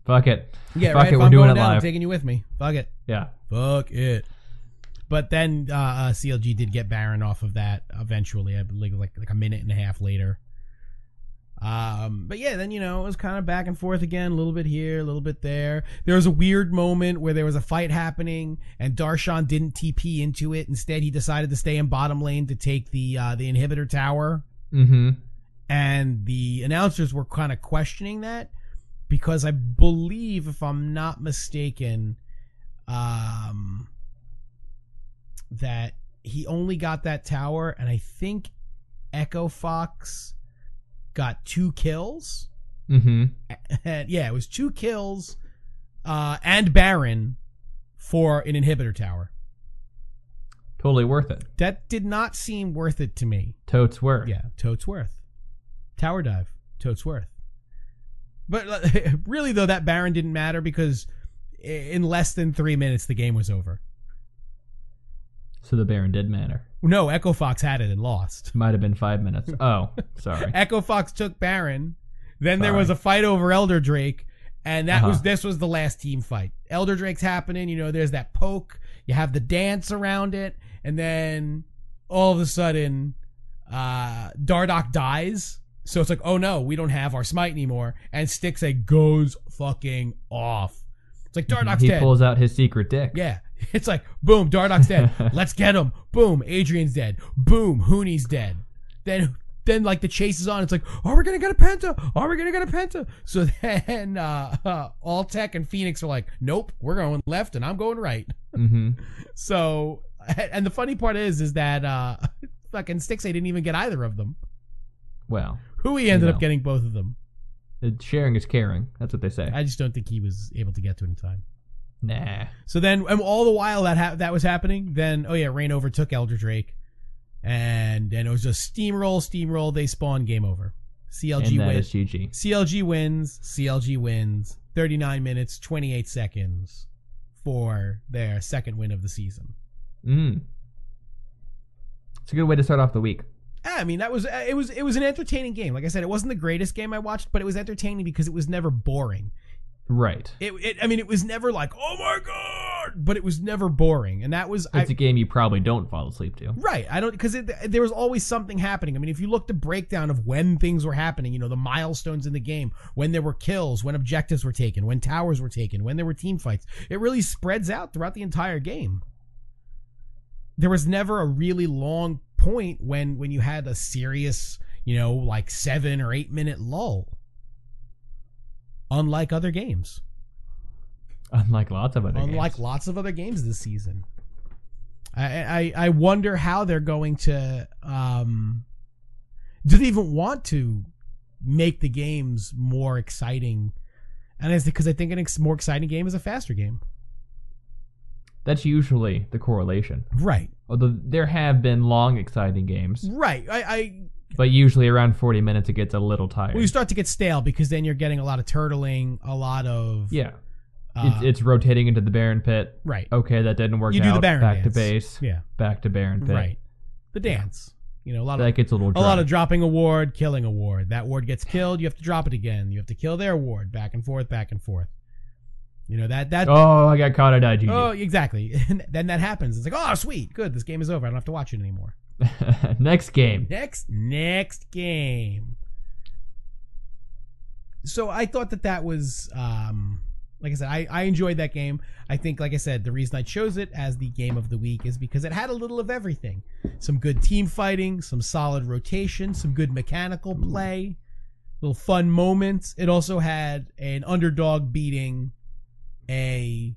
Speaker 2: Fuck it.
Speaker 1: yeah.
Speaker 2: Fuck
Speaker 1: right.
Speaker 2: it,
Speaker 1: if
Speaker 2: we're
Speaker 1: I'm
Speaker 2: doing
Speaker 1: going
Speaker 2: it
Speaker 1: down, I'm
Speaker 2: live.
Speaker 1: taking you with me. Fuck it.
Speaker 2: Yeah.
Speaker 1: Fuck it. But then uh, uh, CLG did get Baron off of that eventually. I believe like like a minute and a half later. Um, but yeah, then you know it was kind of back and forth again, a little bit here, a little bit there. There was a weird moment where there was a fight happening, and Darshan didn't TP into it. Instead, he decided to stay in bottom lane to take the uh, the inhibitor tower
Speaker 2: Mm-hmm.
Speaker 1: and the announcers were kind of questioning that because I believe, if I'm not mistaken, um, that he only got that tower, and I think Echo Fox got two kills.
Speaker 2: Mm-hmm.
Speaker 1: And yeah, it was two kills uh, and Baron for an inhibitor tower.
Speaker 2: Totally worth it.
Speaker 1: That did not seem worth it to me.
Speaker 2: Totes worth.
Speaker 1: Yeah, totes worth. Tower dive, totes worth. But uh, really, though, that Baron didn't matter because i- in less than three minutes, the game was over.
Speaker 2: So the Baron did matter.
Speaker 1: No, Echo Fox had it and lost.
Speaker 2: Might have been five minutes. Oh, sorry.
Speaker 1: Echo Fox took Baron. Then there
Speaker 2: Sorry.
Speaker 1: was a fight over Elder Drake, and that was
Speaker 2: Uh-huh.
Speaker 1: this was the last team fight. Elder Drake's happening. You know, there's that poke. You have the dance around it, and then all of a sudden, uh, Dardock dies. So it's like, oh no, we don't have our smite anymore. And Stixay goes fucking off. It's like Dardock's
Speaker 2: Mhm. he
Speaker 1: dead.
Speaker 2: pulls out his secret dick.
Speaker 1: Yeah. It's like, boom, Dardock's dead. Let's get him. Boom, Adrian's dead. Boom, Hooney's dead. Then then like the chase is on. It's like, are we gonna get a penta? Are we gonna get a penta? So then uh, uh All Tech and Phoenix are like, Nope, we're going left and I'm going right.
Speaker 2: Mm-hmm.
Speaker 1: So and the funny part is is that uh fucking Stixay didn't even get either of them.
Speaker 2: Well,
Speaker 1: Who he ended
Speaker 2: You know.
Speaker 1: up getting both of them.
Speaker 2: it- sharing is caring. That's what they say.
Speaker 1: I just don't think he was able to get to it in time.
Speaker 2: nah.
Speaker 1: So then, and all the while that ha- that was happening, then oh yeah, Rain overtook Elder Drake, and and it was just steamroll, steamroll. They spawn, game over. CLG
Speaker 2: and that
Speaker 1: wins.
Speaker 2: is GG.
Speaker 1: CLG wins. CLG wins. Thirty nine minutes, twenty eight seconds for their second win of the season.
Speaker 2: Mm. It's a good way to start off the week.
Speaker 1: Yeah, I mean that was uh, it was it was an entertaining game. Like I said, it wasn't the greatest game I watched, but it was entertaining because it was never boring.
Speaker 2: Right.
Speaker 1: It, it I mean it was never like oh my god, but it was never boring, and that was I,
Speaker 2: It's a game you probably don't fall asleep to.
Speaker 1: Right. I don't because there was always something happening. I mean, if you looked at breakdown of when things were happening, you know, the milestones in the game, when there were kills, when objectives were taken, when towers were taken, when there were team fights, it really spreads out throughout the entire game. there was never a really long point when when you had a serious, you know, like seven or eight minute lull. Unlike other games,
Speaker 2: Unlike lots of other
Speaker 1: unlike
Speaker 2: games.
Speaker 1: lots of other games this season, I I, I wonder how they're going to. Um, do they even want to make the games more exciting? And it's because I think an ex- more exciting game is a faster game,
Speaker 2: That's usually the correlation.
Speaker 1: right?
Speaker 2: Although there have been long, exciting games,
Speaker 1: Right. I, I
Speaker 2: but usually around 40 minutes it gets a little tired.
Speaker 1: Well, you start to get stale because then you're getting a lot of turtling, a lot of
Speaker 2: yeah.
Speaker 1: uh,
Speaker 2: it's, it's rotating into the Baron Pit.
Speaker 1: right,
Speaker 2: Okay, that didn't work
Speaker 1: You do the
Speaker 2: out.
Speaker 1: Baron
Speaker 2: back to
Speaker 1: dance.
Speaker 2: base.
Speaker 1: yeah,
Speaker 2: Back to Baron Pit.
Speaker 1: right. The dance, you know, a lot of
Speaker 2: That gets a little dry.
Speaker 1: a lot of dropping a ward, killing a ward. That ward gets killed, you have to drop it again. You have to kill their ward, back and forth, back and forth. You know that that
Speaker 2: Oh, I got caught. I died. GG.
Speaker 1: oh exactly. And then that happens. It's like oh sweet, good. This game is over. I don't have to watch it anymore.
Speaker 2: Next game.
Speaker 1: Next, next game. So I thought that that was, um, like I said, I, I enjoyed that game. I think, like I said, the reason I chose it as the game of the week is because it had a little of everything some good team fighting, some solid rotation, some good mechanical play, little fun moments. It also had an underdog beating a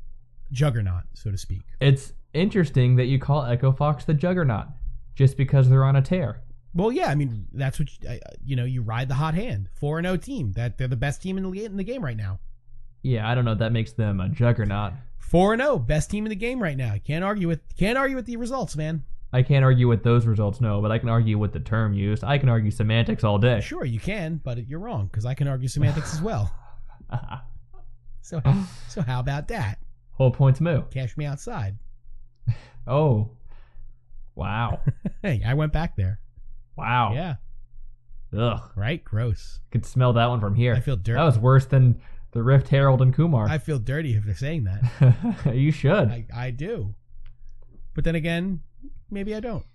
Speaker 1: juggernaut, so to speak.
Speaker 2: It's interesting that you call Echo Fox the Juggernaut just because they're on a tear.
Speaker 1: Well, yeah, I mean that's what you, I- I- you know. You ride the hot hand, four and zero team. That they're the best team in the in the game right now.
Speaker 2: Yeah, I don't know. That makes them a juggernaut.
Speaker 1: Four and zero, best team in the game right now. Can't argue with can't argue with the results, man.
Speaker 2: I can't argue with those results, no, but I can argue with the term used. I can argue semantics all day.
Speaker 1: Sure, you can, but you're wrong because I can argue semantics as well. So so how about that?
Speaker 2: Whole points moo.
Speaker 1: Cash me outside.
Speaker 2: Oh. Wow.
Speaker 1: Hey, I went back there.
Speaker 2: Wow.
Speaker 1: Yeah,
Speaker 2: Ugh.
Speaker 1: right. Gross.
Speaker 2: Could smell that one from here.
Speaker 1: I feel dirty.
Speaker 2: That was worse than the Rift Herald and Kumar.
Speaker 1: I feel dirty if they're saying that.
Speaker 2: you should.
Speaker 1: I I do, but then again, maybe I don't.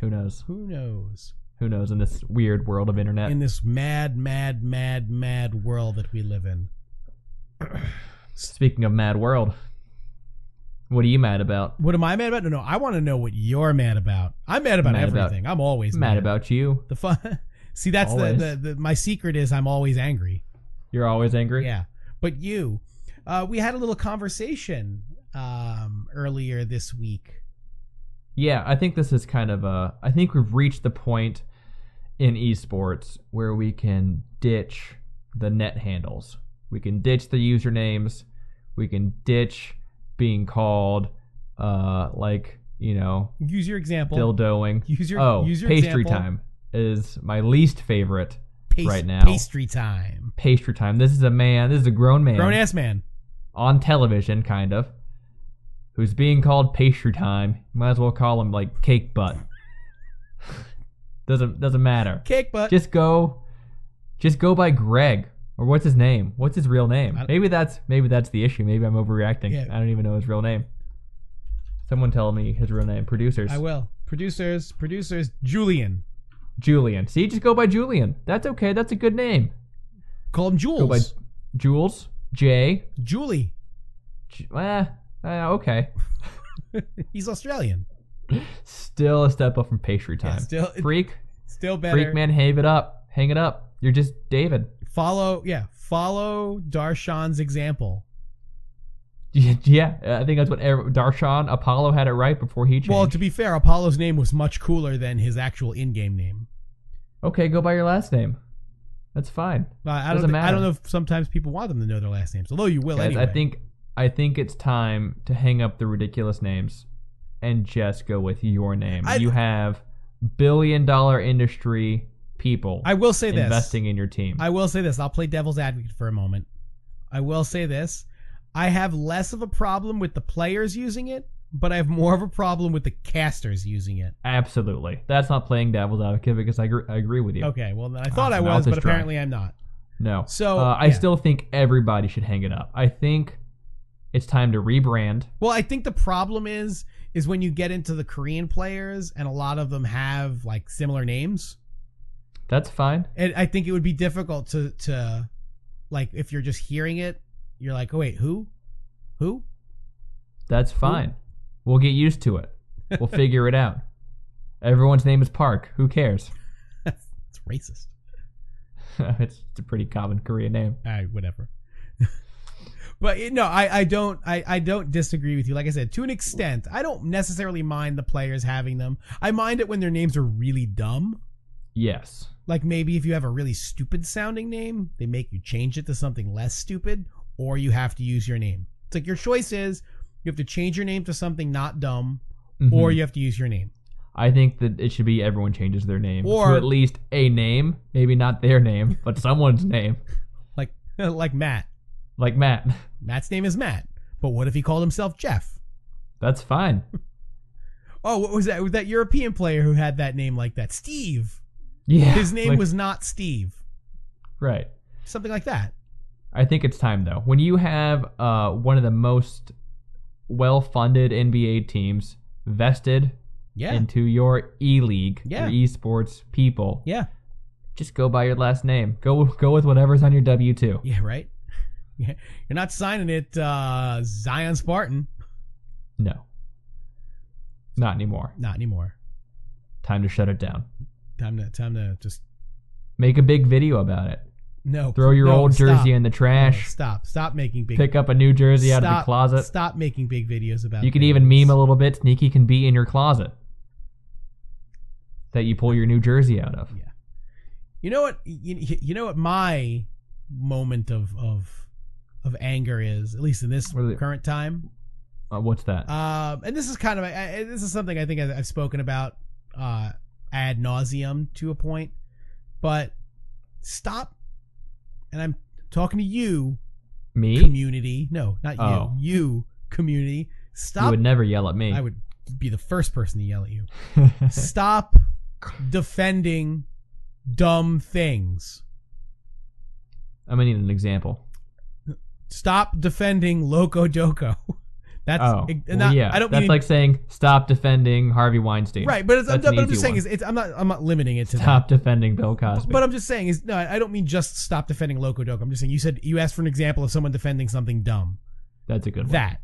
Speaker 2: Who knows?
Speaker 1: Who knows?
Speaker 2: Who knows in this weird world of internet?
Speaker 1: in this mad, mad, mad, mad world that we live in.
Speaker 2: Speaking of Mad World, what are you mad about?
Speaker 1: What am I mad about? No, no, I want to know what you're mad about. I'm mad about
Speaker 2: Mad about-
Speaker 1: everything. I'm always mad,
Speaker 2: Mad about you.
Speaker 1: the fun. See, that's the,
Speaker 2: Always.
Speaker 1: the, the my secret is I'm always angry.
Speaker 2: You're always angry.
Speaker 1: Yeah, but you, uh, we had a little conversation um, earlier this week.
Speaker 2: Yeah, I think this is kind of a. I think we've reached the point in esports where we can ditch the net handles. We can ditch the usernames. We can ditch being called, uh, like you know,
Speaker 1: Use your example.
Speaker 2: dildoing.
Speaker 1: use your
Speaker 2: oh,
Speaker 1: use your
Speaker 2: pastry
Speaker 1: example.
Speaker 2: time is my least favorite.
Speaker 1: Pas-
Speaker 2: right now.
Speaker 1: Pastry time.
Speaker 2: Pastry time. This is a man. This is a grown man
Speaker 1: Grown ass man.
Speaker 2: on television, kind of, who's being called pastry time. Might as well call him like cake butt. doesn't doesn't matter.
Speaker 1: Cake butt.
Speaker 2: Just go, just go by Greg or what's his name? What's his real name?
Speaker 1: I don't-
Speaker 2: Maybe that's maybe that's the issue. Maybe I'm overreacting.
Speaker 1: Yeah.
Speaker 2: I don't even know his real name. Someone tell me his real name. Producers.
Speaker 1: I will. Producers, producers. Julian.
Speaker 2: Julian. See, just go by Julian. That's okay. That's a good name.
Speaker 1: Call him
Speaker 2: Go by
Speaker 1: Jules.
Speaker 2: Jules. Jay.
Speaker 1: Julie.
Speaker 2: J- eh, eh, okay.
Speaker 1: He's Australian.
Speaker 2: Still a step up from pastry time.
Speaker 1: Yeah, still,
Speaker 2: Freak.
Speaker 1: still better.
Speaker 2: Freak man, have it up. Hang it up. You're just David.
Speaker 1: Follow, yeah, follow Darshan's example.
Speaker 2: Yeah, I think that's what ev- Darshan Apollo had it right before he changed.
Speaker 1: Well, to be fair, Apollo's name was much cooler than his actual in-game name.
Speaker 2: okay, go by your last name. That's fine.
Speaker 1: Uh, I don't,
Speaker 2: Doesn't
Speaker 1: thi- I don't
Speaker 2: matter.
Speaker 1: know if sometimes people want them to know their last names, although you will
Speaker 2: Guys,
Speaker 1: anyway.
Speaker 2: I think I think it's time to hang up the ridiculous names and just go with your name.
Speaker 1: I-
Speaker 2: you have billion dollar industry people
Speaker 1: I will say this.
Speaker 2: investing in your team.
Speaker 1: I will say this. I'll play devil's advocate for a moment. I will say this. I have less of a problem with the players using it, but I have more of a problem with the casters using it.
Speaker 2: Absolutely. That's not playing devil's advocate because I, agree, I agree with you.
Speaker 1: Okay, well, then I thought
Speaker 2: Ah,
Speaker 1: I
Speaker 2: mouth
Speaker 1: was,
Speaker 2: is
Speaker 1: but
Speaker 2: dry.
Speaker 1: apparently I'm not.
Speaker 2: No.
Speaker 1: So,
Speaker 2: uh, I
Speaker 1: yeah.
Speaker 2: still think everybody should hang it up. I think it's time to rebrand.
Speaker 1: Well, I think the problem is is when you get into the Korean players and a lot of them have like similar names.
Speaker 2: That's fine.
Speaker 1: And I think it would be difficult to to like if you're just hearing it, you're like, "Oh wait, who? Who?"
Speaker 2: That's fine. We'll get used to it. We'll figure it out. Everyone's name is Park. Who cares?
Speaker 1: It's racist.
Speaker 2: it's a pretty common Korean name.
Speaker 1: All right, whatever. but you know, I, I don't I, I don't disagree with you. Like I said, to an extent, I don't necessarily mind the players having them. I mind it when their names are really dumb.
Speaker 2: Yes.
Speaker 1: Like maybe if you have a really stupid sounding name, they make you change it to something less stupid, or you have to use your name. It's like your choice is you have to change your name to something not dumb, or
Speaker 2: Mhm.
Speaker 1: you have to use your name.
Speaker 2: I think that it should be everyone changes their name
Speaker 1: Or-
Speaker 2: to at least a name, maybe not their name, but someone's name,
Speaker 1: Like like Matt.
Speaker 2: like Matt.
Speaker 1: Matt's name is Matt. But what if he called himself Jeff?
Speaker 2: That's fine.
Speaker 1: Oh, what was that? Was that European player who had that name like that? Steve.
Speaker 2: Yeah.
Speaker 1: His name
Speaker 2: like-
Speaker 1: was not Steve.
Speaker 2: right.
Speaker 1: Something like that.
Speaker 2: I think it's time though. When you have uh, one of the most well-funded NBA teams vested
Speaker 1: Yeah.
Speaker 2: into your e-league,
Speaker 1: Yeah.
Speaker 2: your esports people,
Speaker 1: yeah.
Speaker 2: just go by your last name. Go go with whatever's on your W two.
Speaker 1: Yeah, right? Yeah. You're not signing it uh Zion Spartan.
Speaker 2: No, not anymore.
Speaker 1: Not anymore.
Speaker 2: Time to shut it down.
Speaker 1: Time to time to just
Speaker 2: Make a big video about it.
Speaker 1: no.
Speaker 2: Throw your
Speaker 1: no,
Speaker 2: old
Speaker 1: stop.
Speaker 2: jersey in the
Speaker 1: No,
Speaker 2: trash.
Speaker 1: Stop. Stop making big
Speaker 2: Pick up a new jersey
Speaker 1: stop,
Speaker 2: out of the closet.
Speaker 1: Stop making big videos about
Speaker 2: You can
Speaker 1: things.
Speaker 2: even meme a little bit. Sneaky can be in your closet that you pull your new jersey out of.
Speaker 1: You know what? You, you know what my moment of of of anger is at least in this
Speaker 2: What is it?
Speaker 1: current time.
Speaker 2: Uh, what's that?
Speaker 1: Um, and this is kind of I, I- this is something I think I- I've spoken about uh, ad nauseum to a point, but stop. And I'm talking to you,
Speaker 2: me?
Speaker 1: community. No, not
Speaker 2: Oh.
Speaker 1: you. You community.
Speaker 2: You
Speaker 1: Stop.
Speaker 2: would never yell at me.
Speaker 1: I would be the first person to yell at you. stop defending dumb things.
Speaker 2: I'm gonna need an example.
Speaker 1: Stop defending Loco Doco. That's
Speaker 2: oh,
Speaker 1: and
Speaker 2: well,
Speaker 1: not-
Speaker 2: yeah.
Speaker 1: I don't
Speaker 2: That's
Speaker 1: mean
Speaker 2: like saying stop defending Harvey Weinstein.
Speaker 1: right, but it's, I'm,
Speaker 2: That's an
Speaker 1: but I'm
Speaker 2: easy
Speaker 1: just saying
Speaker 2: one.
Speaker 1: is it's, I'm not I'm not limiting it to that.
Speaker 2: Stop defending Bill Cosby.
Speaker 1: But I'm just saying is no, I don't mean just stop defending Loco Doco. I'm just saying you said you asked for an example of someone defending something dumb.
Speaker 2: That's a good one.
Speaker 1: That.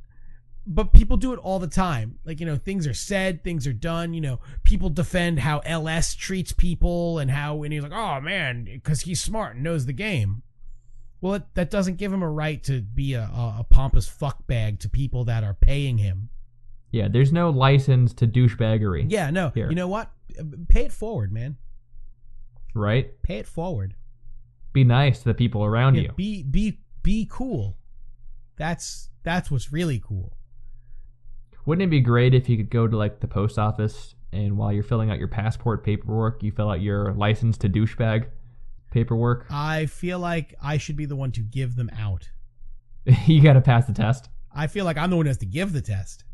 Speaker 1: But people do it all the time. Like, you know, things are said, things are done. You know, people defend how LS treats people and how, and he's like, oh man, because he's smart and knows the game. Well, it, that doesn't give him a right to be a, a, a pompous fuckbag to people that are paying him.
Speaker 2: yeah, there's no license to douchebaggery.
Speaker 1: Yeah, no.
Speaker 2: Here.
Speaker 1: You know what? Pay it forward, man.
Speaker 2: Right?
Speaker 1: Pay it forward.
Speaker 2: Be nice to the people around
Speaker 1: Yeah,
Speaker 2: you.
Speaker 1: Be be be cool. That's that's what's really cool.
Speaker 2: Wouldn't it be great if you could go to like the post office and while you're filling out your passport paperwork, you fill out your license to douchebag paperwork?
Speaker 1: I feel like I should be the one to give them out.
Speaker 2: you got to pass the test.
Speaker 1: I feel like I'm the one who has to give the test.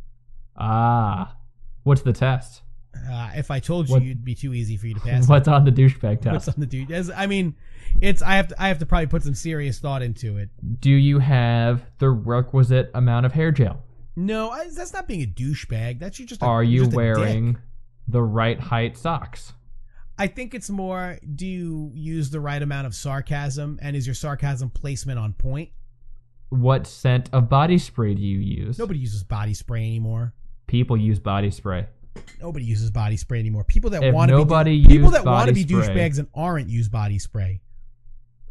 Speaker 2: Ah. What's the test?
Speaker 1: Uh, if I told you,
Speaker 2: What-
Speaker 1: it'd be too easy for you to pass.
Speaker 2: What's on the douchebag
Speaker 1: What's
Speaker 2: test?
Speaker 1: on the dude? As- I mean, it's I have to I have to probably put some serious thought into it.
Speaker 2: Do you have the requisite amount of hair gel?
Speaker 1: No, I, that's not being a douchebag. That's you just. A,
Speaker 2: Are
Speaker 1: you're
Speaker 2: you
Speaker 1: just a dick.
Speaker 2: wearing the right height socks?
Speaker 1: I think it's more. Do you use the right amount of sarcasm, and is your sarcasm placement on point?
Speaker 2: What scent of body spray do you use?
Speaker 1: Nobody uses body spray anymore.
Speaker 2: People use body spray.
Speaker 1: Nobody uses body spray anymore. People that
Speaker 2: If
Speaker 1: want to
Speaker 2: nobody
Speaker 1: be people
Speaker 2: used
Speaker 1: that want to
Speaker 2: body
Speaker 1: be
Speaker 2: spray-
Speaker 1: douchebags and aren't use body spray.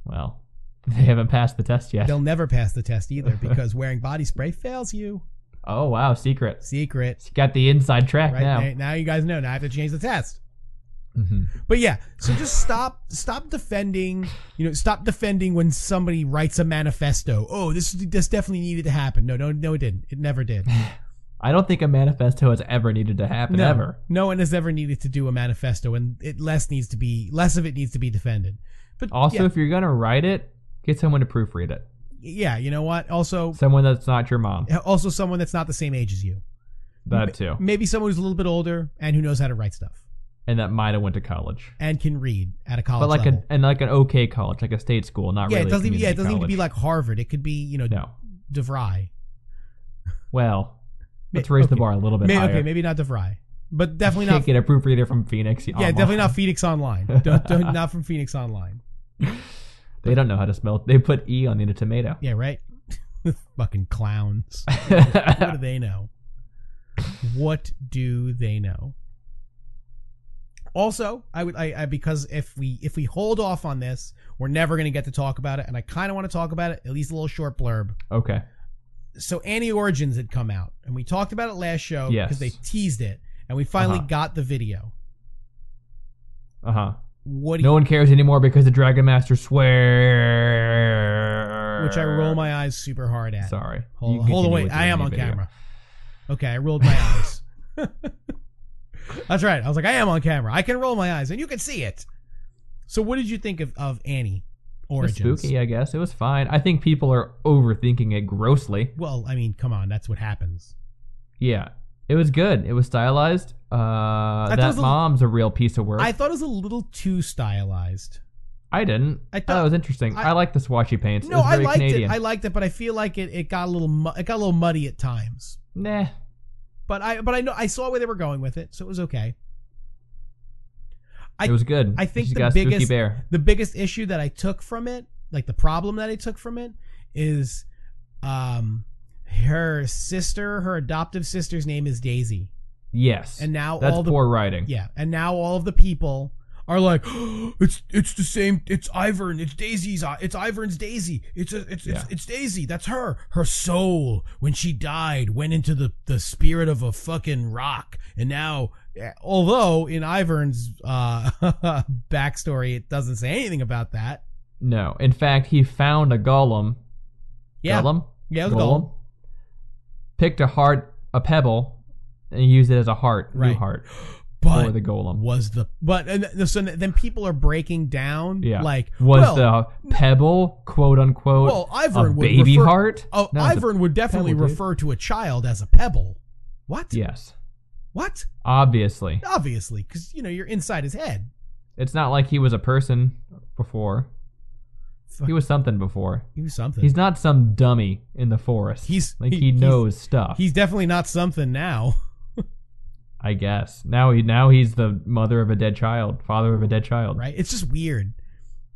Speaker 2: Well, they haven't passed the test yet.
Speaker 1: They'll never pass the test either because wearing body spray fails you.
Speaker 2: Oh wow, secret.
Speaker 1: Secret.
Speaker 2: It's got the inside track
Speaker 1: Right
Speaker 2: now.
Speaker 1: now. now you guys know. Now I have to change the test.
Speaker 2: Mhm.
Speaker 1: But yeah, so just stop stop defending, you know, stop defending when somebody writes a manifesto. Oh, this this definitely needed to happen. No, no, no it didn't. It never did.
Speaker 2: I don't think a manifesto has ever needed to happen
Speaker 1: No.
Speaker 2: ever.
Speaker 1: No one has ever needed to do a manifesto and it less needs to be less of it needs to be defended. But
Speaker 2: Also,
Speaker 1: yeah,
Speaker 2: if you're gonna write it, get someone to proofread it.
Speaker 1: yeah, you know what? Also
Speaker 2: Someone that's not your mom.
Speaker 1: also someone that's not the same age as you.
Speaker 2: That too.
Speaker 1: Maybe someone who's a little bit older and who knows how to write stuff
Speaker 2: And that might have went to college.
Speaker 1: and can read at Oh, a college
Speaker 2: But like
Speaker 1: level.
Speaker 2: a and like an okay college, like a state school, not
Speaker 1: yeah,
Speaker 2: really.
Speaker 1: it doesn't even, yeah,
Speaker 2: community
Speaker 1: it doesn't need to be
Speaker 2: college.
Speaker 1: like Harvard. It could be, you know,
Speaker 2: No.
Speaker 1: DeVry.
Speaker 2: Well,
Speaker 1: May-
Speaker 2: let's raise the
Speaker 1: okay.
Speaker 2: bar a little bit
Speaker 1: May-
Speaker 2: higher.
Speaker 1: okay, maybe not DeVry, but definitely
Speaker 2: Can't
Speaker 1: not.
Speaker 2: get a proofreader from Phoenix.
Speaker 1: Yeah, definitely not Phoenix Online. Don't- don't- not from Phoenix Online.
Speaker 2: They don't know how to spell. They put e on the end of tomato.
Speaker 1: Yeah, right. Fucking clowns. What do they know? what do they know? Also, I would I, I because if we if we hold off on this, we're never going to get to talk about it, and I kind of want to talk about it at least a little short blurb.
Speaker 2: Okay.
Speaker 1: So, Annie Origins had come out, and we talked about it last show
Speaker 2: Yes.
Speaker 1: because they teased it, and we finally
Speaker 2: Uh-huh.
Speaker 1: got the video.
Speaker 2: Uh huh.
Speaker 1: What do
Speaker 2: No one cares anymore because the Dragon Master swear.
Speaker 1: you, which I roll my eyes super hard at.
Speaker 2: Sorry. You
Speaker 1: Hold,
Speaker 2: can
Speaker 1: hold on,
Speaker 2: continue
Speaker 1: wait.
Speaker 2: with
Speaker 1: I
Speaker 2: your
Speaker 1: am
Speaker 2: new
Speaker 1: on
Speaker 2: video.
Speaker 1: camera. Okay, I rolled my eyes. That's right. I was like, I am on camera. I can roll my eyes, and you can see it. So, what did you think of, of Annie
Speaker 2: It was
Speaker 1: Origins?
Speaker 2: spooky, I guess. It was fine. I think people are overthinking it grossly.
Speaker 1: Well, I mean, come on, that's what happens.
Speaker 2: Yeah. It was good. It was stylized. Uh,
Speaker 1: thought it
Speaker 2: that
Speaker 1: was a-
Speaker 2: mom's a real piece of work.
Speaker 1: I thought it was a little too stylized.
Speaker 2: I didn't.
Speaker 1: I
Speaker 2: I
Speaker 1: thought-
Speaker 2: thought it was interesting.
Speaker 1: I-
Speaker 2: I, like the swatchy paints.
Speaker 1: No,
Speaker 2: it was
Speaker 1: I
Speaker 2: very
Speaker 1: liked
Speaker 2: Canadian.
Speaker 1: it. I liked it, but I feel like it, it got a little mu- it got a little muddy at times.
Speaker 2: Nah.
Speaker 1: But I but I know I saw where they were going with it, so it was okay. I-
Speaker 2: it was good.
Speaker 1: I think
Speaker 2: She's
Speaker 1: the
Speaker 2: got spooky
Speaker 1: biggest-
Speaker 2: bear.
Speaker 1: the biggest issue that I took from it, like the problem that I took from it, is um her sister, her adoptive sister's name is Daisy.
Speaker 2: Yes.
Speaker 1: And now
Speaker 2: That's
Speaker 1: all the
Speaker 2: poor writing.
Speaker 1: Yeah. And now all of the people are like, it's it's the same it's Ivern, it's Daisy's uh, it's Ivern's Daisy. It's a, it's, it's
Speaker 2: Yeah.
Speaker 1: it's Daisy. That's her. Her soul when she died went into the the spirit of a fucking rock. And now eh, although in Ivern's uh backstory it doesn't say anything about that.
Speaker 2: No. In fact, he found a golem.
Speaker 1: Yeah.
Speaker 2: Golem?
Speaker 1: Yeah, it was Gollum.
Speaker 2: Picked a heart, a pebble, and used it as a heart. New
Speaker 1: Right.
Speaker 2: heart.
Speaker 1: But
Speaker 2: for the golem.
Speaker 1: was the but and th- so then people are breaking down
Speaker 2: Yeah.
Speaker 1: like
Speaker 2: was
Speaker 1: well,
Speaker 2: the pebble, quote unquote,
Speaker 1: well Ivern
Speaker 2: a
Speaker 1: would
Speaker 2: baby
Speaker 1: refer-
Speaker 2: heart?
Speaker 1: Oh,
Speaker 2: No, it's a-
Speaker 1: Ivern would definitely
Speaker 2: pebble, dude.
Speaker 1: refer to a child as a pebble. What?
Speaker 2: Yes.
Speaker 1: What?
Speaker 2: Obviously.
Speaker 1: Obviously, because you know you're inside his head.
Speaker 2: It's not like he was a person before.
Speaker 1: Fuck,
Speaker 2: He was something before.
Speaker 1: he was something.
Speaker 2: He's not some dummy in the forest.
Speaker 1: He's-
Speaker 2: like
Speaker 1: he-
Speaker 2: he,
Speaker 1: he's-
Speaker 2: knows stuff.
Speaker 1: He's definitely not something now.
Speaker 2: I guess now he now he's the mother of a dead child, father of a dead child.
Speaker 1: Right? It's just weird.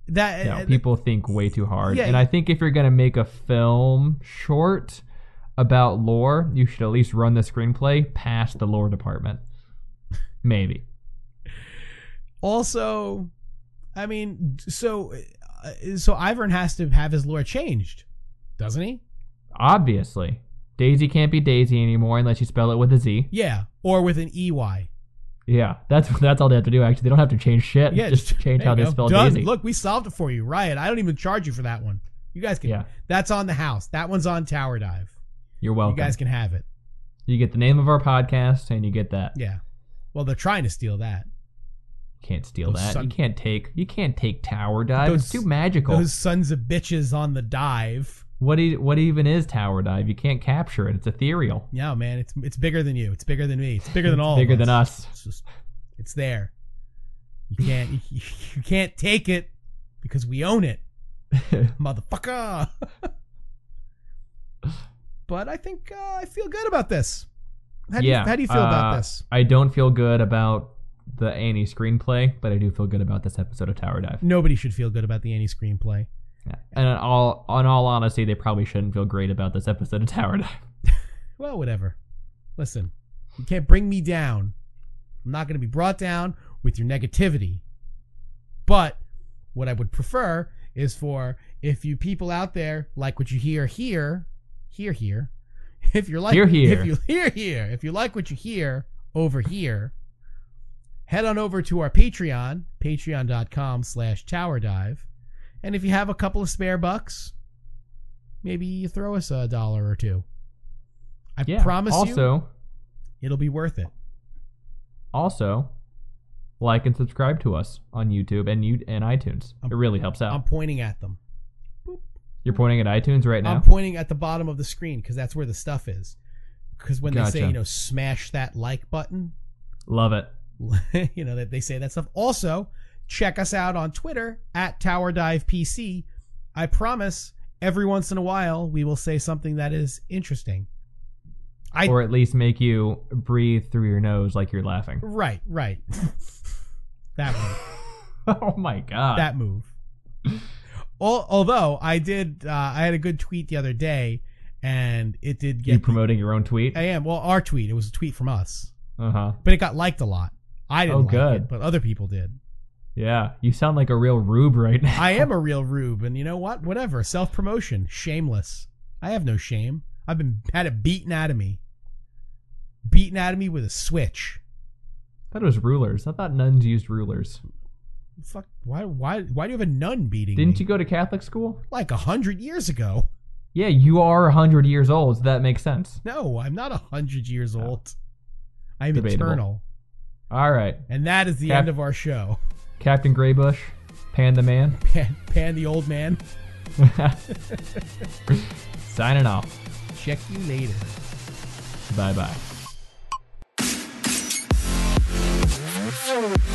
Speaker 1: That
Speaker 2: No,
Speaker 1: uh,
Speaker 2: people think way too hard,
Speaker 1: Yeah,
Speaker 2: and I think if you're gonna make a film short about lore, you should at least run the screenplay past the lore department. Maybe.
Speaker 1: also, I mean, so uh, so Ivern has to have his lore changed, doesn't he?
Speaker 2: Obviously, Daisy can't be Daisy anymore unless you spell it with a Z.
Speaker 1: Yeah, or with an E ey.
Speaker 2: Yeah, that's that's all they have to do. Actually, they don't have to change shit.
Speaker 1: Yeah,
Speaker 2: just change
Speaker 1: there
Speaker 2: how
Speaker 1: you
Speaker 2: they
Speaker 1: go.
Speaker 2: spell
Speaker 1: Done.
Speaker 2: Daisy.
Speaker 1: Look, we solved it for you, Riot. I don't even charge you for that one. You guys can.
Speaker 2: Yeah.
Speaker 1: That's on the house. That one's on Tower Dive.
Speaker 2: You're welcome.
Speaker 1: You guys can have it.
Speaker 2: You get the name of our podcast, and you get that.
Speaker 1: Yeah. Well, they're trying to steal that.
Speaker 2: Can't steal
Speaker 1: Those
Speaker 2: that.
Speaker 1: son-
Speaker 2: you can't take. You can't take Tower Dive.
Speaker 1: Those-
Speaker 2: it's too magical.
Speaker 1: Those sons of bitches on the dive.
Speaker 2: What e- what even is Tower Dive? You can't capture it. It's ethereal.
Speaker 1: Yeah, man, it's it's bigger than you. It's bigger than me. It's bigger than all.
Speaker 2: Bigger
Speaker 1: of
Speaker 2: than us.
Speaker 1: It's just, it's there. You can't you, you can't take it because we own it, motherfucker. but I think uh, I feel good about this. How do
Speaker 2: yeah.
Speaker 1: you, how do you feel about
Speaker 2: uh,
Speaker 1: this?
Speaker 2: I don't feel good about the Annie screenplay, but I do feel good about this episode of Tower Dive.
Speaker 1: Nobody should feel good about the Annie screenplay.
Speaker 2: Yeah. And in all on all honesty, they probably shouldn't feel great about this episode of Tower Dive.
Speaker 1: Well, whatever. Listen, you can't bring me down. I'm not going to be brought down with your negativity. But what I would prefer is for if you people out there like what you hear here, here, here, if you're like,
Speaker 2: Hear, hear.
Speaker 1: if you hear here, if you like what you hear over here, head on over to our Patreon, patreon.com slash tower dive. And if you have a couple of spare bucks, maybe you throw us a dollar or two. I
Speaker 2: Yeah.
Speaker 1: promise you,
Speaker 2: also,
Speaker 1: it'll be worth it.
Speaker 2: also, like and subscribe to us on YouTube and you and iTunes.
Speaker 1: I'm-
Speaker 2: it really helps out.
Speaker 1: I'm pointing at them.
Speaker 2: You're pointing at iTunes right now.
Speaker 1: I'm pointing at the bottom of the screen because that's where the stuff is. Because when they say,
Speaker 2: Gotcha.
Speaker 1: you know, smash that like button,
Speaker 2: Love it.
Speaker 1: you know, that they say that stuff. Also, check us out on Twitter at Tower Dive PC. I promise every once in a while we will say something that is interesting. I-
Speaker 2: or at least make you breathe through your nose like you're laughing.
Speaker 1: Right, right. that one.
Speaker 2: oh my god.
Speaker 1: that move. Al- Although I did, uh, I had a good tweet the other day, and it did
Speaker 2: You
Speaker 1: get.
Speaker 2: promoting your own tweet?
Speaker 1: I am well, our tweet. It was a tweet from us,
Speaker 2: Uh huh.
Speaker 1: but it got liked a lot. I didn't
Speaker 2: Oh,
Speaker 1: like
Speaker 2: good.
Speaker 1: it, but other people did.
Speaker 2: Yeah. You sound like a real rube right now.
Speaker 1: I am a real rube, and you know what? Whatever. Self promotion, shameless. I have no shame. I've been had it beaten out of me, beaten out of me with a switch.
Speaker 2: thought it was rulers. I thought nuns used rulers.
Speaker 1: Fuck. Why? Why? Why do you have a nun beating
Speaker 2: Didn't
Speaker 1: me?
Speaker 2: you go to Catholic school?
Speaker 1: Like a hundred years ago.
Speaker 2: Yeah, you are a hundred years old. So that makes sense.
Speaker 1: No, I'm not a hundred years
Speaker 2: Oh.
Speaker 1: old. I'm
Speaker 2: Debatable.
Speaker 1: eternal,
Speaker 2: All right,
Speaker 1: and that is the
Speaker 2: Cap-
Speaker 1: end of our show.
Speaker 2: Captain Graybush, Panda Man,
Speaker 1: Pan, Pan the old man.
Speaker 2: signing off.
Speaker 1: Check you later.
Speaker 2: Bye bye.